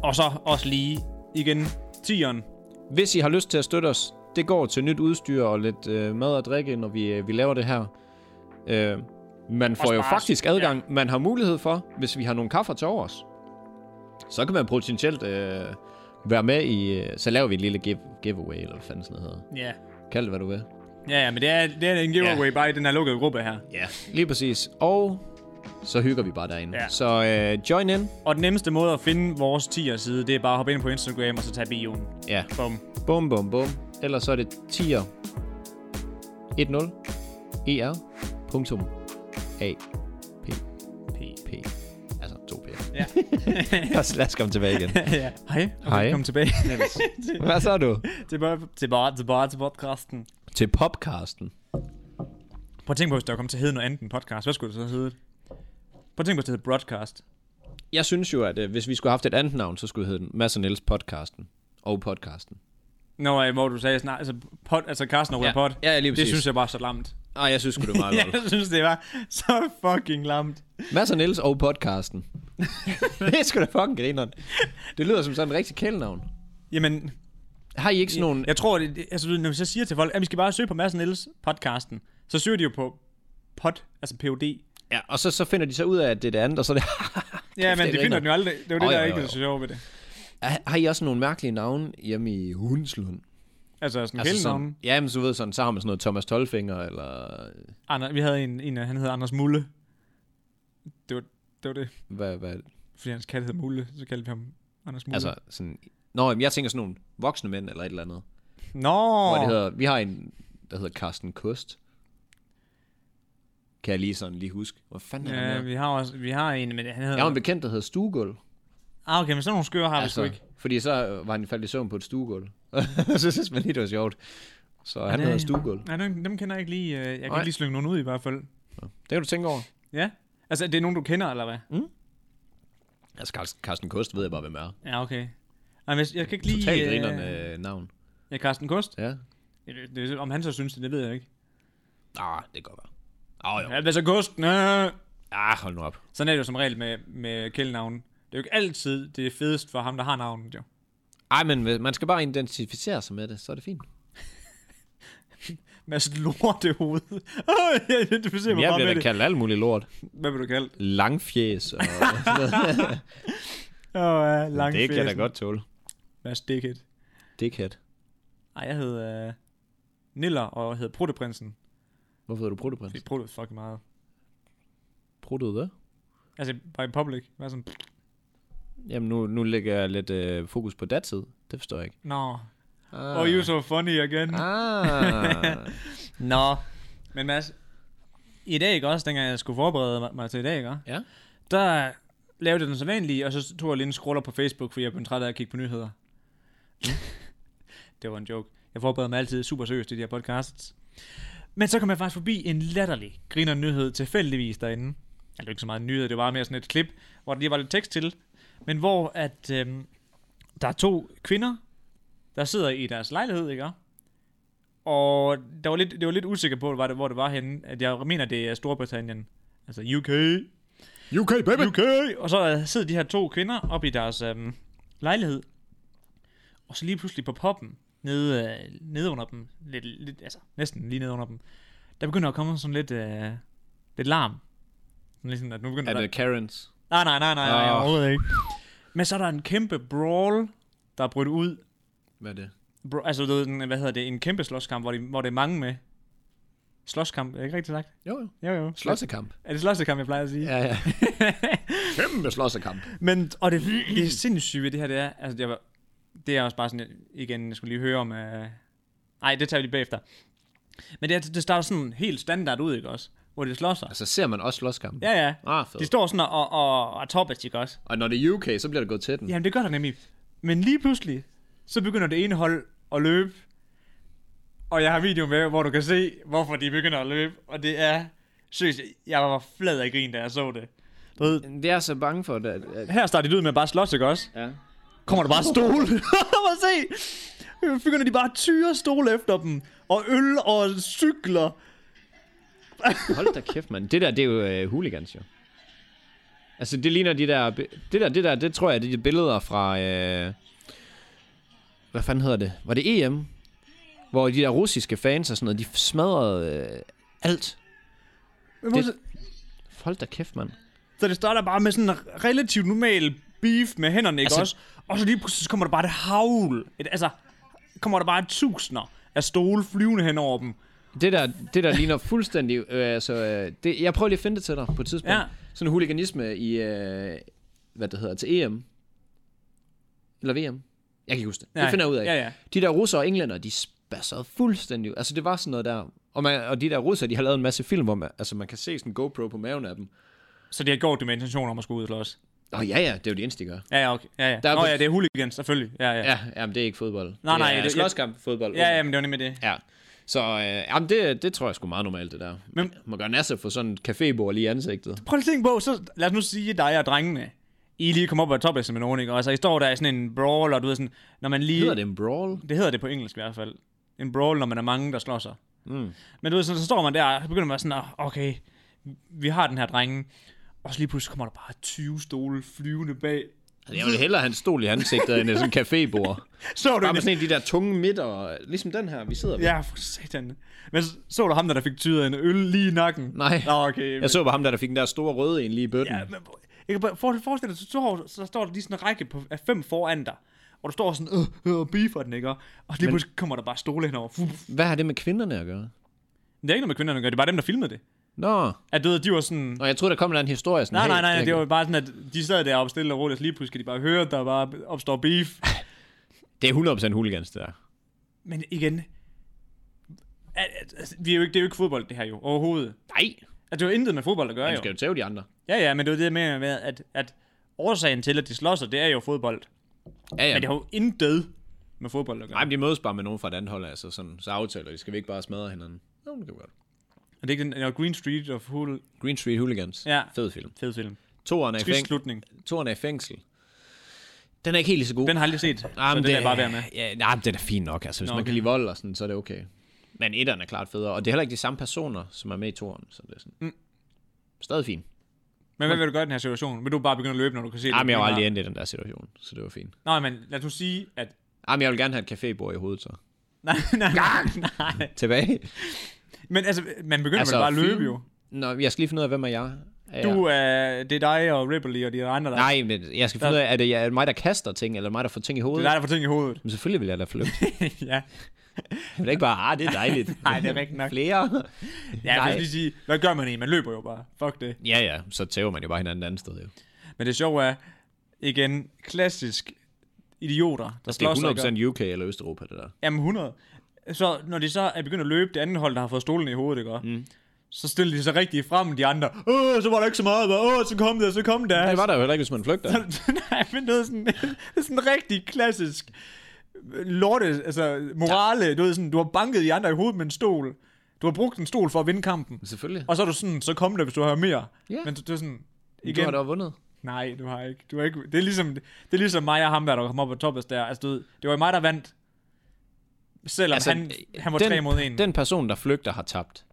Speaker 2: Og så også lige igen tieren.
Speaker 1: Hvis I har lyst til at støtte os, det går til nyt udstyr og lidt øh, mad og drikke, når vi, øh, vi laver det her. Øh, man får jo
Speaker 2: spares.
Speaker 1: faktisk adgang, ja. man har mulighed for, hvis vi har nogle kaffer til overs. Så kan man potentielt øh, være med i... Øh, så laver vi en lille give, giveaway, eller hvad fanden sådan noget hedder.
Speaker 2: Ja.
Speaker 1: Kald det, hvad du vil.
Speaker 2: Ja, ja, men det er, det er en giveaway ja. bare i den her lukkede gruppe her.
Speaker 1: Ja, lige præcis. Og så hygger vi bare derinde.
Speaker 2: Ja.
Speaker 1: Ja. Så øh, join in.
Speaker 2: Og den nemmeste måde at finde vores 10'er side, det er bare at hoppe ind på Instagram og så tage bioen.
Speaker 1: Ja,
Speaker 2: Bum.
Speaker 1: bum bum bum. Ellers så er det 10'er 10 er E punktum A
Speaker 2: P.
Speaker 1: P. Altså to P.
Speaker 2: Ja.
Speaker 1: Lad os komme tilbage igen.
Speaker 2: ja. Hej, og
Speaker 1: Hej.
Speaker 2: velkommen tilbage
Speaker 1: Hvad så du?
Speaker 2: til, bare, til, bare, til, bare, til podcasten.
Speaker 1: Til popcasten.
Speaker 2: Prøv at tænke på, hvis der kom til at hedde noget andet end podcast. Hvad skulle det så hedde? Prøv at tænke på, hvis det hedder broadcast.
Speaker 1: Jeg synes jo, at øh, hvis vi skulle have haft et andet navn, så skulle det hedde den Mads og Niels podcasten. Og podcasten.
Speaker 2: Nå, øh, hvor du sagde snart, altså, pod, altså Carsten og ja. pod.
Speaker 1: ja, lige
Speaker 2: det
Speaker 1: præcis.
Speaker 2: synes jeg bare er så lamt.
Speaker 1: Ej, jeg synes sgu, det var meget
Speaker 2: jeg
Speaker 1: godt.
Speaker 2: synes, det var så fucking lamt.
Speaker 1: Mads og Niels og podcasten. det er sgu da fucking grineren. Det lyder som sådan en rigtig kælenavn.
Speaker 2: Jamen,
Speaker 1: Har I ikke sådan nogle...
Speaker 2: jeg tror, det, det- altså, du ved, når jeg siger til folk, at vi skal bare søge på Mads og Niels podcasten, så søger de jo på pod, altså POD.
Speaker 1: Ja, og så, så finder de så ud af, at det er det andet, og så er det...
Speaker 2: Ja, men
Speaker 1: det
Speaker 2: det finder
Speaker 1: griner.
Speaker 2: den jo aldrig. Det er jo det,
Speaker 1: Åh,
Speaker 2: der
Speaker 1: jo,
Speaker 2: ikke
Speaker 1: jo,
Speaker 2: er så sjovt ved det.
Speaker 1: Har- Har I også nogle mærkelige navne hjemme i Hundslund?
Speaker 2: Altså sådan altså,
Speaker 1: Altså
Speaker 2: kælenavn.
Speaker 1: sådan, ja, men så ved sådan, så har man sådan noget Thomas Tolfinger, eller
Speaker 2: Ander, vi havde en, en af- han hed Anders Mulle. Det var, det var det.
Speaker 1: hvad, hvad,
Speaker 2: Fordi hans kat hed Mulle, så kaldte vi ham Anders Mulle.
Speaker 1: Altså sådan... Nå, jamen, jeg tænker sådan nogle voksne mænd eller et eller andet. Oh.
Speaker 2: Nå!
Speaker 1: Hvor det hedder, vi har en, der hedder Carsten Kust. Kan jeg lige sådan lige huske. Hvor fanden er
Speaker 2: Ja,
Speaker 1: han der?
Speaker 2: vi har, også, vi har en, men han hedder...
Speaker 1: Jeg har en bekendt, der hedder Stugulv.
Speaker 2: Ah, okay, men sådan nogle skøre har altså, vi sgu ikke.
Speaker 1: Fordi så øh, var han faldet i søvn på et stugulv. så synes man lige, det var sjovt. Så han
Speaker 2: det-
Speaker 1: hedder Stugulv.
Speaker 2: Nej, dem, dem kender jeg ikke lige. øh, Jeg kan
Speaker 1: Nej.
Speaker 2: ikke lige slynge nogen ud i hvert fald.
Speaker 1: Det kan du tænke over.
Speaker 2: Ja? Altså, er det er nogen, du kender, eller hvad?
Speaker 1: Mm. Altså, Car- Carsten Kust ved jeg bare, hvem er.
Speaker 2: Ja, okay. Ej, men jeg, jeg kan ikke lige...
Speaker 1: Totalt
Speaker 2: øh,
Speaker 1: grinerne øh, navn.
Speaker 2: Ja, Carsten Kost.
Speaker 1: Ja.
Speaker 2: Det, det, om han så synes det, det ved jeg ikke.
Speaker 1: Ah, det kan godt være. Åh, oh, jo.
Speaker 2: Ja, altså, øh! hvad så Kost? Nå.
Speaker 1: Ah, hold nu op.
Speaker 2: Sådan er det jo som regel med, med kælenavn. Det er jo ikke altid det er fedest for ham, der har navnet, jo.
Speaker 1: Ej, men øh, man skal bare identificere sig med det, så er det fint.
Speaker 2: Mads lorte hoved. Åh, jeg identificerer mig
Speaker 1: Jeg
Speaker 2: bare
Speaker 1: bliver
Speaker 2: med
Speaker 1: da
Speaker 2: det.
Speaker 1: kaldt alt muligt lort.
Speaker 2: Hvad vil du kalde?
Speaker 1: langfjes. Og
Speaker 2: Åh, oh, lang
Speaker 1: det kan jeg da godt tåle.
Speaker 2: Mads Dickhead.
Speaker 1: Dickhead.
Speaker 2: Ej, jeg hed uh, Niller, og jeg hed Protoprinsen.
Speaker 1: Hvorfor hedder du prutteprins?
Speaker 2: Fordi Proto fucking meget.
Speaker 1: Pruttet det?
Speaker 2: Altså, bare i public. Bare sådan,
Speaker 1: Jamen, nu, nu lægger jeg lidt øh, fokus på datid. Det forstår jeg ikke.
Speaker 2: nå.
Speaker 1: Ah.
Speaker 2: Oh, you so funny again.
Speaker 1: Ah.
Speaker 2: Nå. Men Mads, i dag ikke også, dengang jeg skulle forberede mig- mig til i dag, ikke? også?
Speaker 1: Ja.
Speaker 2: Der lavede jeg den så vanlige, og så tog jeg lige en scroller på Facebook, fordi jeg blev træt af at kigge på nyheder. det var en joke. Jeg forbereder mig altid super seriøst i de her podcasts. Men så kom jeg faktisk forbi en latterlig griner nyhed tilfældigvis derinde. Altså, det var ikke så meget en nyhed, det var mere sådan et klip, hvor der lige var lidt tekst til. Men hvor at, øhm, der er to kvinder, der sidder i deres lejlighed, ikke? også? Og der var lidt, det var lidt usikker på, hvor det, hvor det var henne. At jeg mener, det er Storbritannien. Altså UK.
Speaker 1: UK, baby!
Speaker 2: UK! Og så øh, sidder de her to kvinder op i deres øhm, lejlighed. Og så lige pludselig på poppen, nede, øh, nede under dem, lidt, lidt, altså næsten lige nede under dem, der begynder at komme sådan lidt, øh, lidt larm. Sådan ligesom, at nu begynder
Speaker 1: Er
Speaker 2: der...
Speaker 1: det Ah. Karens?
Speaker 2: Nej, nej, nej, nej, nej,
Speaker 1: Åh.
Speaker 2: overhovedet ikke. Men så er der en kæmpe brawl, der er brudt ud.
Speaker 1: Hvad er det?
Speaker 2: Bro, altså, du ved, den- hvad hedder det? En kæmpe slåskamp, hvor, de, hvor det er mange med. Slåskamp, er det ikke rigtigt sagt?
Speaker 1: Jo, jo.
Speaker 2: Jo, jo.
Speaker 1: Slåssekamp.
Speaker 2: Er det slåskamp, jeg plejer at sige?
Speaker 1: Ja, ja. Kæmpe slåssekamp.
Speaker 2: Men, og det, det er sindssygt ved det her, det er, altså, det er, det er også bare sådan, igen, jeg skulle lige høre om, øh, nej, det tager vi lige bagefter. Men det, er- det starter sådan helt standard ud, ikke også? Hvor det slår sig.
Speaker 1: Altså, ser man også slåskamp?
Speaker 2: Ja, ja.
Speaker 1: Ah, fedt.
Speaker 2: De står sådan og, og, og, og er toppet, ikke også?
Speaker 1: Og når det er UK, så bliver der gået til den.
Speaker 2: Jamen, det gør der nemlig. Men lige pludselig, så begynder det ene hold at løbe. Og jeg har video med, hvor du kan se, hvorfor de begynder at løbe. Og det er... Seriøst, jeg var flad af grin, da jeg så det. Du ved,
Speaker 1: Det er jeg så bange for, at... at
Speaker 2: her starter de ud med at bare slås, ikke også?
Speaker 1: ja.
Speaker 2: Kommer der bare stol? Prøv at se! Begynder de bare at tyre stole efter dem. Og øl og cykler.
Speaker 1: Hold da kæft, mand. Det der, det er jo øh, hooligans, jo. Altså, det ligner de der... bi- Det der, det der, det tror jeg, det er de billeder fra... Øh, hvad fanden hedder det? Var det EM? Hvor de der russiske fans og sådan noget, de smadrede øh, alt.
Speaker 2: Men prøv at se-
Speaker 1: Hold da kæft, mand.
Speaker 2: Så det starter bare med sådan en relativt normal beef med hænderne, ikke
Speaker 1: Altså-
Speaker 2: altså, også? Og så lige pludselig så kommer der bare et havl. Et, altså, kommer der bare tusinder af stole flyvende hen over dem.
Speaker 1: Det der, det der ligner fuldstændig... Øh, altså, øh, det, jeg prøver lige at finde det til dig på et tidspunkt.
Speaker 2: Ja.
Speaker 1: Sådan en huliganisme i... Øh, hvad det hedder, til EM. Eller VM. Jeg kan ikke huske det. Det
Speaker 2: Nej.
Speaker 1: finder jeg ud af.
Speaker 2: Ja, ja.
Speaker 1: De der russere og englænder, de spasserede fuldstændig. ud. Altså, det var sådan noget der... Og, man, og de der russere, de har lavet en masse film, hvor man, altså, man kan se sådan en GoPro på maven af dem.
Speaker 2: Så det har gjort det med intention om at skulle ud og slås.
Speaker 1: Åh, oh, ja, ja, det er jo de eneste, de gør.
Speaker 2: Ja, ja, okay. Ja, ja.
Speaker 1: Der er
Speaker 2: Nå
Speaker 1: kun-
Speaker 2: ja, det er hooligans, selvfølgelig. Ja, ja. ja.
Speaker 1: Ja, jamen, det er ikke fodbold.
Speaker 2: Nej, nej,
Speaker 1: Det er
Speaker 2: det-
Speaker 1: slåskamp fodbold.
Speaker 2: Ja, ja, men det var nemlig det.
Speaker 1: Ja. Så øh, jamen, det, det tror jeg sgu meget normalt, det der. Men,
Speaker 2: Men-
Speaker 1: man gør nasser for sådan et cafébord lige i ansigtet.
Speaker 2: Prøv lige at tænke på, så lad os nu sige, at dig og drengene, I lige kommer op på toplisten med nogen, ikke? Og altså, I står der i sådan en brawl, og du ved sådan, når man lige...
Speaker 1: Hedder det en brawl?
Speaker 2: Det hedder det på engelsk i hvert fald. En brawl, når man er mange, der slår sig. Mm. Men du ved, så, så står man der, og så begynder man sådan, "Nå, okay, vi har den her drenge. Og så lige pludselig kommer der bare 20 stole flyvende bag.
Speaker 1: Altså, Jeg vil hellere have en stol i ansigtet end sådan en cafébord.
Speaker 2: Så
Speaker 1: Bare
Speaker 2: du
Speaker 1: med
Speaker 2: det?
Speaker 1: sådan en af de der tunge midter, ligesom den her, vi sidder ved.
Speaker 2: Ja, for satan. Men så, så du ham der, der fik tyret en øl lige i nakken?
Speaker 1: Nej.
Speaker 2: Nå, okay. Men,
Speaker 1: Jeg så på ham der, der fik den der store røde en lige i bøtten.
Speaker 2: ja, men, jeg kan bare for- forestille dig, så står, så står der lige sådan en række på, af fem foran dig. Og du står sådan, øh, øh, og beefer den, ikke? Og lige pludselig kommer der bare stole henover. Fuh.
Speaker 1: Hvad har det med kvinderne at gøre?
Speaker 2: Det er ikke noget med kvinderne at gøre, det er bare dem, der filmede det.
Speaker 1: Nå,
Speaker 2: At du ved, de var sådan,
Speaker 1: og jeg troede, der kom en eller anden historie. Sådan,
Speaker 2: Nej, nej,
Speaker 1: hey,
Speaker 2: nej,
Speaker 1: jeg-
Speaker 2: det var bare sådan, at de sad deroppe stille og roligt, og så lige pludselig kan de bare høre, at der bare opstår beef.
Speaker 1: Det er 100% hooligans, det der.
Speaker 2: Men igen, at, at, at, altså, vi er jo ikke, det er jo ikke fodbold, det her jo, overhovedet.
Speaker 1: Nej,
Speaker 2: At det har intet med fodbold at gøre,
Speaker 1: han
Speaker 2: jo.
Speaker 1: skal jo tæve de andre.
Speaker 2: Ja, ja, men det er jo det med, med at, at årsagen til, at de slås, det er jo fodbold.
Speaker 1: Ja, ja.
Speaker 2: Men det har jo intet med fodbold at gøre.
Speaker 1: Nej, men de mødes bare med nogen fra et andet hold, altså sådan, så aftaler de. Skal vi ikke bare smadre hinanden? Jo, det kan vi godt.
Speaker 2: Er det ikke den, no, Green Street of Hool?
Speaker 1: Green Street Hooligans.
Speaker 2: Ja.
Speaker 1: Fed film.
Speaker 2: Fed film.
Speaker 1: Toren er, i
Speaker 2: Trist
Speaker 1: fæng-
Speaker 2: slutning.
Speaker 1: Toren er i fængsel. Den er ikke helt lige så god. Ah,
Speaker 2: Den har jeg aldrig set, så den det... er bare være med.
Speaker 1: Ja, nej, men den er fin nok. Altså, hvis Nå, man
Speaker 2: okay.
Speaker 1: kan lide vold og sådan, så er det okay. Men etteren er klart federe. Og det er heller ikke de samme personer, som er med i toren. Så det er sådan... Mm. Stadig fint.
Speaker 2: Men hvad vil du gøre i den her situation? Vil du bare begynde at løbe, når du kan se
Speaker 1: Jamen, Ah, jeg var
Speaker 2: det?
Speaker 1: aldrig endt i den der situation, så det var fint.
Speaker 2: Nej, men lad os nu sige, at...
Speaker 1: Jamen, jeg vil gerne have et cafébord i hovedet, så.
Speaker 2: Nej, nej, nej, nej.
Speaker 1: Tilbage.
Speaker 2: Men altså, man begynder
Speaker 1: Altså,
Speaker 2: altså, bare at løbe
Speaker 1: film?
Speaker 2: jo.
Speaker 1: Nå, jeg skal lige finde ud af, hvem er jeg? Er
Speaker 2: Du er, det er dig og Ripley og de andre, der,
Speaker 1: Nej, men jeg skal finde ud af, er det, jeg, er det mig, der kaster ting, eller mig, der får ting i
Speaker 2: det
Speaker 1: hovedet?
Speaker 2: er dig, der får ting i hovedet.
Speaker 1: Men selvfølgelig vil jeg da flytte.
Speaker 2: ja.
Speaker 1: Jeg vil da ikke bare, ah, det er dejligt.
Speaker 2: Nej, det er rigtigt nok.
Speaker 1: Flere.
Speaker 2: Ja, jeg
Speaker 1: Nej.
Speaker 2: vil lige sige, hvad gør man i? Man løber jo bare. Fuck det.
Speaker 1: Ja, ja, så tæver man jo bare hinanden et andet sted. Jo.
Speaker 2: Men det sjove er, igen, klassisk idioter, der
Speaker 1: Det
Speaker 2: slår sig.
Speaker 1: er
Speaker 2: ikke op.
Speaker 1: 100% UK eller Østeuropa, det der.
Speaker 2: Jamen 100. så når de så er begyndt at løbe, det andet hold, der har fået stolen i hovedet, ikke? Mm. Så stiller de sig rigtig frem, de andre. Åh, så var der ikke så meget, hva? Åh, så kom der, så kom der.
Speaker 1: Det var der jo heller ikke, hvis man flygter.
Speaker 2: Nej, men det er sådan, det er sådan rigtig klassisk lorte, altså morale. Du, ved, sådan, du har banket de andre i hovedet med en stol. Du har brugt en stol for at vinde kampen.
Speaker 1: Selvfølgelig.
Speaker 2: Og så er du sådan, så kom der, hvis du har mere.
Speaker 1: Ja.
Speaker 2: Men det er sådan, igen,
Speaker 1: Du har da vundet.
Speaker 2: Nej, du har ikke. Du har ikke. Det er ligesom, det er ligesom mig og ham, der kom op på toppen der. Altså, du ved, det var mig, der vandt. Selvom altså, han, han var
Speaker 1: øh, den,
Speaker 2: tre mod en.
Speaker 1: Den person, der flygter, har tabt.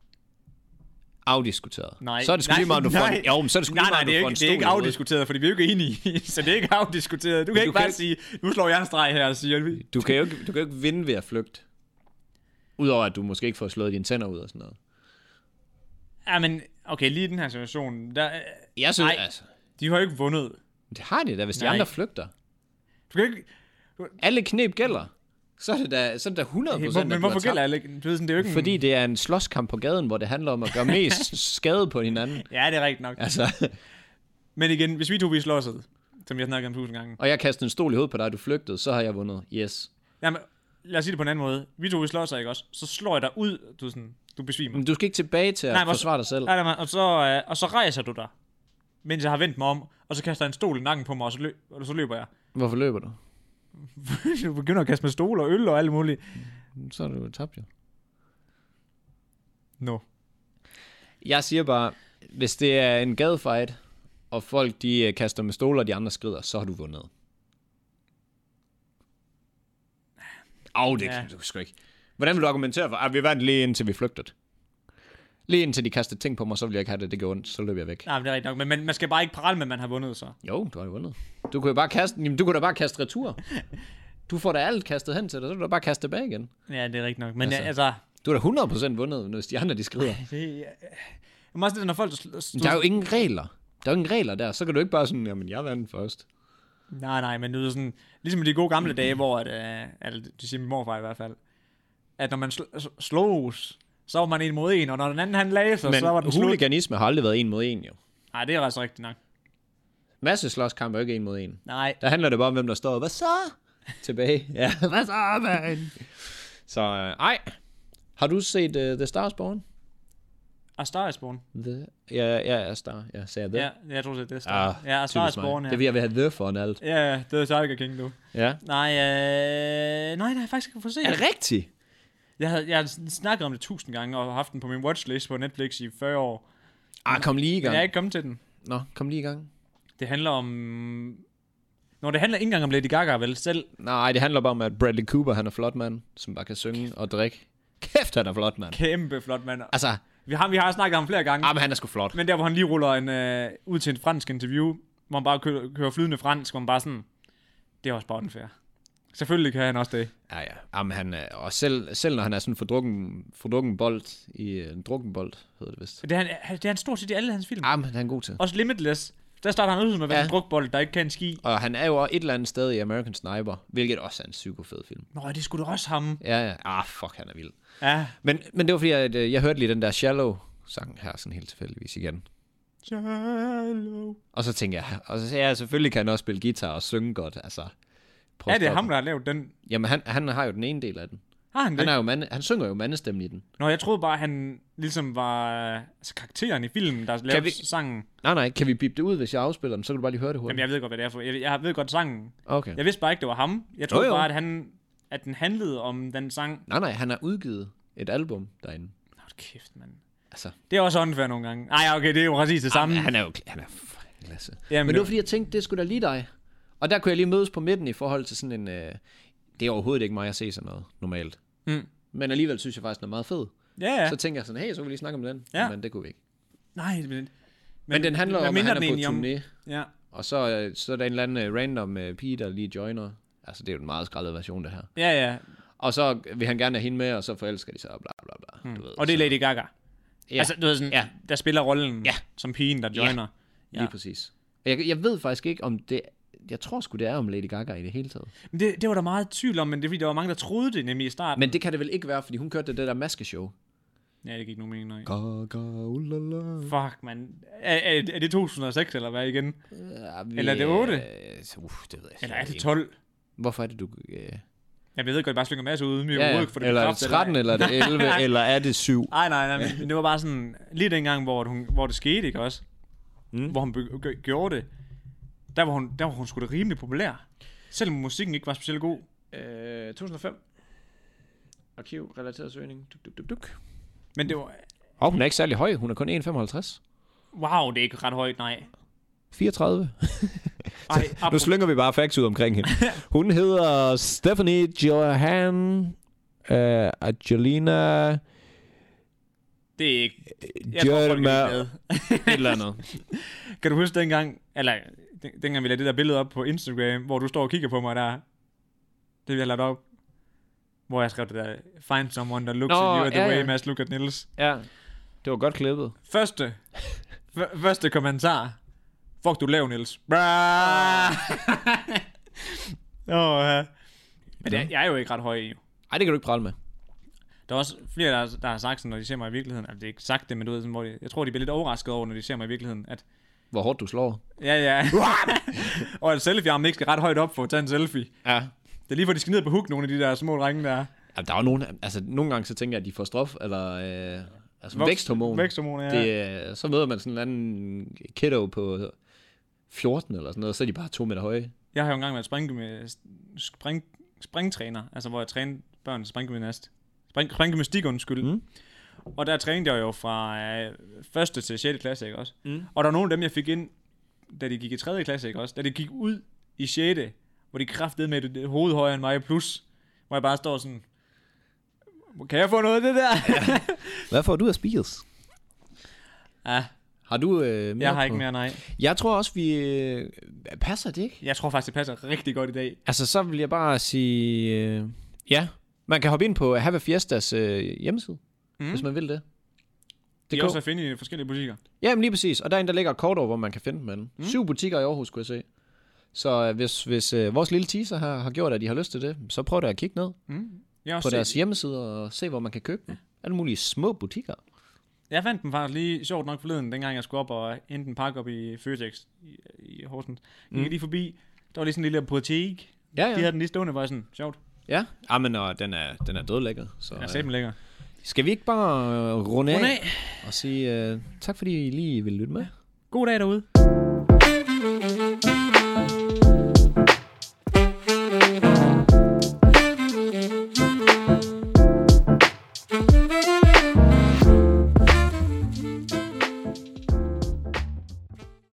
Speaker 1: Afdiskuteret.
Speaker 2: nej,
Speaker 1: Så er det sgu
Speaker 2: nej,
Speaker 1: lige meget, om du får
Speaker 2: nej.
Speaker 1: en, jo, men så er det sgu
Speaker 2: nej,
Speaker 1: lige meget,
Speaker 2: nej,
Speaker 1: om
Speaker 2: det er
Speaker 1: du får
Speaker 2: ikke,
Speaker 1: en
Speaker 2: det er ikke
Speaker 1: stol i hovedet.
Speaker 2: afdiskuteret, fordi vi er jo ikke enige, så det er ikke afdiskuteret. Du kan
Speaker 1: du
Speaker 2: ikke
Speaker 1: kan
Speaker 2: bare
Speaker 1: ikke-
Speaker 2: sige, nu slår jeg en streg her, og siger vi.
Speaker 1: Du kan jo ikke, du kan jo ikke vinde ved at flygte. Udover at du måske ikke får slået dine tænder ud og sådan noget.
Speaker 2: Ja, men okay, lige i den her situation, der, øh,
Speaker 1: Jeg synes,
Speaker 2: Nej.
Speaker 1: altså,
Speaker 2: de har jo ikke vundet.
Speaker 1: det har det da, hvis de
Speaker 2: Nej.
Speaker 1: andre flygter.
Speaker 2: Du kan ikke,
Speaker 1: Alle knep gælder. Så er det da, så er det da 100
Speaker 2: hey,
Speaker 1: procent,
Speaker 2: hvor, men hvorfor gælder alle ikke? Du ved sådan, det er jo ikke en-
Speaker 1: Fordi det er en slåskamp på gaden, hvor det handler om at gøre mest skade på hinanden.
Speaker 2: Ja, det er rigtigt nok.
Speaker 1: Altså,
Speaker 2: Men igen, hvis vi to vi slår sig, som jeg har snakket om tusind gange,
Speaker 1: og jeg kastede en stol i hovedet på dig, og du flygtede, så har jeg vundet. Yes.
Speaker 2: Jamen, lad os sige det på en anden måde. Vi to, vi slår sig, ikke også? Så slår jeg dig ud, du, er sådan, du besvimer.
Speaker 1: Men du skal ikke tilbage til at
Speaker 2: Nej,
Speaker 1: Nej,
Speaker 2: men også-
Speaker 1: forsvare dig selv.
Speaker 2: Nej, nej, nej, og, så, øh, og så rejser du dig, mens jeg har vendt mig om, og så kaster jeg en stol i nakken på mig, og så, løb, og så løber jeg.
Speaker 1: Hvorfor løber du?
Speaker 2: du begynder at kaste med stol og øl og alt muligt.
Speaker 1: Så er du jo tabt jo.
Speaker 2: No.
Speaker 1: Jeg siger bare, hvis det er en gadefight, og folk de øh, kaster med stoler, og de andre skrider, så har du vundet. Au, det
Speaker 2: Ja.
Speaker 1: ja. kan du sgu ikke. Hvordan vil du argumentere for, at vi vandt lige indtil vi flygtede? Lige indtil de kastede ting på mig, så ville jeg ikke have det, det gjorde ondt, så løb jeg væk.
Speaker 2: Nej, men det er rigtigt nok. Men man, man skal bare ikke prale med, at man har vundet så.
Speaker 1: Jo, du har jo vundet. Du kunne jo bare kaste, jamen, du kunne da bare kaste retur. Du får da alt kastet hen til dig, så kan du da bare kaste tilbage igen.
Speaker 2: Ja, det er rigtigt nok. Men altså,
Speaker 1: Altså.
Speaker 2: altså
Speaker 1: Du har da 100% vundet, hvis de andre de skrider.
Speaker 2: det, jeg, jeg må også lidt, når folk... sl- sl-
Speaker 1: Der er jo ingen regler. Der er jo ingen regler der, så kan du ikke bare sådan, jamen jeg vandt først.
Speaker 2: Nej, nej, men det er sådan, ligesom i de gode gamle dage, hvor, at, øh, eller det siger min morfar i hvert fald, at når man sl- sl- slås, så var man en mod en, og når den anden han lagde sig,
Speaker 1: Men
Speaker 2: så var den slut.
Speaker 1: huliganisme har aldrig været en mod en, jo.
Speaker 2: Nej, det er altså rigtigt nok.
Speaker 1: Masse slåskamp er jo ikke en mod en.
Speaker 2: Nej,
Speaker 1: Der handler det bare om, hvem der står, hvad så? Tilbage. Ja, hvad så, man? Så, øh, ej. Har du set uh, The Stars Born?
Speaker 2: A Star is Born.
Speaker 1: The, ja, ja, ja, Star. Ja, sagde jeg The.
Speaker 2: Ja, jeg tror, det er det. Star. ja, A
Speaker 1: Ah, typisk
Speaker 2: Star is
Speaker 1: mig.
Speaker 2: Born, ja.
Speaker 1: Det er, fordi, jeg vil have The foran alt.
Speaker 2: Ja, ja, det er Tiger King nu.
Speaker 1: Ja.
Speaker 2: Nej, øh, nej, det har jeg faktisk ikke fået set.
Speaker 1: Er det rigtigt?
Speaker 2: Jeg har, jeg har sn- snakket om det tusind gange, og har haft den på min watchlist på Netflix i 40 år.
Speaker 1: Ah, kom lige i
Speaker 2: Men
Speaker 1: gang.
Speaker 2: jeg er ikke kommet til den.
Speaker 1: Nå, kom lige i gang.
Speaker 2: Det handler om... Når det handler ikke engang om Lady Gaga, vel? Selv
Speaker 1: Nej, det handler bare om, at Bradley Cooper, han er flot mand, som bare kan synge og drikke. Kæft, han er flot mand.
Speaker 2: kæmpe flot mand.
Speaker 1: Altså,
Speaker 2: Vi har, vi har snakket om flere gange,
Speaker 1: ah, men han er sgu flot.
Speaker 2: men der hvor han lige ruller en, øh, ud til en fransk interview, hvor han bare kører, kører flydende fransk, hvor man bare sådan, det er også bare unfair. Selvfølgelig kan han også det.
Speaker 1: Ja, ja. Jamen, han er, og selv, selv når han er sådan fordrukken, fordrukken bold i øh, en drukken bold, hedder det vist.
Speaker 2: Det er han, det er han stort set i alle hans film.
Speaker 1: Jamen, han er en god til.
Speaker 2: Også Limitless. Der starter han ud med at være
Speaker 1: Ja.
Speaker 2: en drukbold, der ikke kan ski.
Speaker 1: Og han er jo også et eller andet sted i American Sniper, hvilket også er en psykofed film.
Speaker 2: Nå, det skulle da også ham.
Speaker 1: Ja, ja. Ah, fuck, han er vild.
Speaker 2: Ja.
Speaker 1: Men, men det var fordi, at øh, jeg hørte lige den der Shallow-sang her, sådan helt tilfældigvis igen.
Speaker 2: Shallow.
Speaker 1: Og så tænkte jeg, og så sagde jeg, selvfølgelig kan han også spille guitar og synge godt, altså. Prøv at
Speaker 2: Er det
Speaker 1: stoppe.
Speaker 2: ham, der har lavet den? Jamen,
Speaker 1: Jamen, han, han har jo den ene del af den.
Speaker 2: har han det?
Speaker 1: Han, er jo mande, han synger jo mandestemmen i den.
Speaker 2: Nå, jeg troede bare, han ligesom var øh, altså, karakteren i filmen, der lavede
Speaker 1: vi-
Speaker 2: sangen.
Speaker 1: Nej, nej, kan vi bippe det ud, hvis jeg afspiller den? Så kan du bare lige høre det
Speaker 2: Jamen,
Speaker 1: hurtigt.
Speaker 2: jeg ved godt, hvad det er for. Jeg, jeg ved godt sangen.
Speaker 1: Okay.
Speaker 2: Jeg vidste bare ikke, det var ham. Jeg troede
Speaker 1: jo.
Speaker 2: bare, at, han, at den handlede om den sang.
Speaker 1: Nej, nej, han har udgivet et album derinde.
Speaker 2: Hold kæft, mand.
Speaker 1: Altså,
Speaker 2: Det er også unfair nogle gange. Nej, okay, det er jo præcis det samme.
Speaker 1: Jamen, han er jo han er f- klasse.
Speaker 2: Jamen,
Speaker 1: Jamen, Men
Speaker 2: det-
Speaker 1: det var fordi, jeg tænkte, det skulle da lige dig. Og der kunne jeg lige mødes på midten i forhold til sådan en... Øh, det er overhovedet ikke mig at se sådan noget normalt.
Speaker 2: Mm.
Speaker 1: Men alligevel synes jeg faktisk, den er meget fed.
Speaker 2: Ja, ja.
Speaker 1: Så tænker jeg sådan, hey, så kan vi lige snakke om den.
Speaker 2: Ja.
Speaker 1: Men det kunne vi ikke.
Speaker 2: Nej, men, men,
Speaker 1: Men den handler
Speaker 2: hvad
Speaker 1: om, at
Speaker 2: minder
Speaker 1: han er
Speaker 2: den
Speaker 1: på
Speaker 2: egentlig om-
Speaker 1: turné.
Speaker 2: Ja.
Speaker 1: Og så, øh, så er der en eller anden øh, random øh, pige, der lige joiner. Altså, det er jo en meget skrællet version, det her.
Speaker 2: ja, ja.
Speaker 1: Og så vil han gerne have hende med, og så forelsker de sig, og bla bla bla. Mm. Du ved,
Speaker 2: Og det er Lady Gaga. Ja.
Speaker 1: Ja.
Speaker 2: Altså, du ved sådan, ja.
Speaker 1: Ja.
Speaker 2: der spiller rollen ja.
Speaker 1: Ja.
Speaker 2: som pigen, der joiner.
Speaker 1: Lige
Speaker 2: Ja.
Speaker 1: præcis. Og Jeg, jeg ved faktisk ikke, om det... Jeg tror sgu, det er om Lady Gaga i det hele taget.
Speaker 2: Men det, det var der meget tvivl om, men det er fordi, der var mange, der troede det nemlig i starten.
Speaker 1: Men det kan det vel ikke være, fordi hun kørte det der maskeshow.
Speaker 2: Ja, det gik nogen mening, nej.
Speaker 1: Gaga, ulala.
Speaker 2: Fuck, mand. Er, er, er det 2006 eller hvad igen?
Speaker 1: Ja, vi,
Speaker 2: Eller er det
Speaker 1: Uh,
Speaker 2: otte?
Speaker 1: det ved jeg
Speaker 2: Eller er
Speaker 1: slet
Speaker 2: det
Speaker 1: ikke.
Speaker 2: 12?
Speaker 1: øh, Hvorfor er det, du... Uh,
Speaker 2: Jeg ved godt, jeg bare slynger masser ud uden
Speaker 1: Ja,
Speaker 2: ja,
Speaker 1: ja.
Speaker 2: for det
Speaker 3: Eller er det
Speaker 2: bekræfter eller ej.
Speaker 3: 13, eller er det 11, eller er det 7?
Speaker 2: Nej, nej, nej, men det var bare sådan, lige dengang, hvor, hun, hvor det skete, ikke også? Mm. Hvor hun be- g- gjorde det, der var hun, der var hun sgu da rimelig populær. Selvom musikken ikke var specielt god.
Speaker 1: Øh, 2005. Arkiv-relateret søgning. Duk, duk, duk, duk.
Speaker 2: Men det var,
Speaker 1: Og hun er ikke særlig høj. Hun er kun 1,55.
Speaker 2: wow, det er ikke ret højt, nej.
Speaker 1: 34.
Speaker 2: Ej,
Speaker 1: Nu
Speaker 2: apropos-
Speaker 1: slynger vi bare facts ud omkring hende. Hun hedder Stephanie Johan uh, Angelina
Speaker 2: det er ikke, jeg tror, folk er
Speaker 1: Jerma.
Speaker 2: ligeglade.
Speaker 1: eller andet.
Speaker 2: Kan du huske dengang, eller den- dengang vi lagde det der billede op på Instagram, hvor du står og kigger på mig der, det vi har lagt op, hvor jeg skrev det der, find someone that looks
Speaker 1: Nå,
Speaker 2: at you at the
Speaker 1: ja,
Speaker 2: way
Speaker 1: ja.
Speaker 2: Mads look at Niels.
Speaker 1: Ja, det var godt klippet.
Speaker 2: Første, f- første kommentar, fuck du er lav Niels. Bra! Åh, ja. Men det, er- jeg er jo ikke ret høj i.
Speaker 1: Ej, det kan du ikke prale med.
Speaker 2: Der er også flere, der, der har sagt sådan, når de ser mig i virkeligheden, altså det er ikke sagt det, men du ved, sådan, hvor de, jeg tror, de bliver lidt overrasket over, når de ser mig i virkeligheden, at
Speaker 1: Hvor hårdt du slår.
Speaker 2: Ja, ja. og at selfie-armen ikke skal ret højt op for at tage en selfie.
Speaker 1: Ja.
Speaker 2: Det er lige for, de skal ned på hook, nogle af de der små drenge der.
Speaker 1: Jamen, der er jo nogen, altså nogle gange så tænker jeg, at de får strof, eller øh, altså Voks, væksthormon.
Speaker 2: Væksthormon, ja. Det...
Speaker 1: Det, er- så møder man sådan en eller anden kiddo på 14 eller sådan noget, og så er de bare to meter høje.
Speaker 2: Jeg har jo engang været spring med spring, springtræner, altså hvor jeg trænede børn til springgymnast. Spring, springgymnastik, undskyld.
Speaker 1: Mm.
Speaker 2: Mm. Og der trænede jeg jo fra øh, første til 6. klasse, ikke også?
Speaker 1: Mm.
Speaker 2: Og der var nogle af dem, jeg fik ind, da de gik i 3. klasse, ikke også? Da de gik ud i 6. Hvor de kraftede med et hoved højere end mig, plus hvor jeg bare står sådan, kan jeg få noget af det der? Ja,
Speaker 1: Hvad får du af spiris?
Speaker 2: ja
Speaker 1: Har du øh, mere
Speaker 2: jeg har
Speaker 1: på?
Speaker 2: ikke mere, nej.
Speaker 1: Jeg tror også, vi... Øh, passer det ikke?
Speaker 2: Jeg tror faktisk, det passer rigtig godt i dag.
Speaker 1: Altså, så vil jeg bare sige... Øh, ja, man kan hoppe ind på Have a Fiestas øh, hjemmeside, mm. hvis man vil det.
Speaker 2: Det
Speaker 1: Det
Speaker 2: kan
Speaker 1: kan
Speaker 2: også at finde i forskellige butikker.
Speaker 1: Jamen lige præcis, og der er en, der ligger et kort over, hvor man kan finde dem.
Speaker 2: Mm.
Speaker 1: henne. Syv butikker i Aarhus, kunne jeg se. Så øh, hvis, hvis øh, vores lille teaser har, har gjort, at de har lyst til det, så prøv da at kigge ned
Speaker 2: Mm. Jeg, har
Speaker 1: på
Speaker 2: også
Speaker 1: deres
Speaker 2: set,
Speaker 1: hjemmeside og se, hvor man kan købe dem. Alle mulige små butikker.
Speaker 2: jeg fandt den faktisk lige sjovt nok forleden, dengang jeg skulle op og hente en pakke op i Føtex i, i Horsens. Jeg gik lige forbi, der var lige sådan en lille apotek.
Speaker 1: Ja,
Speaker 2: Ja. De
Speaker 1: ja.
Speaker 2: havde den lige stående, var sådan, sjovt.
Speaker 1: Ja, ah, men, og den er, den er dødlækker. Så,
Speaker 2: Jeg sagde
Speaker 1: øh,
Speaker 2: dem lækker.
Speaker 1: skal vi ikke bare øh, runde,
Speaker 2: Runde
Speaker 1: af og sige øh, tak, fordi I lige ville lytte med?
Speaker 2: God dag derude.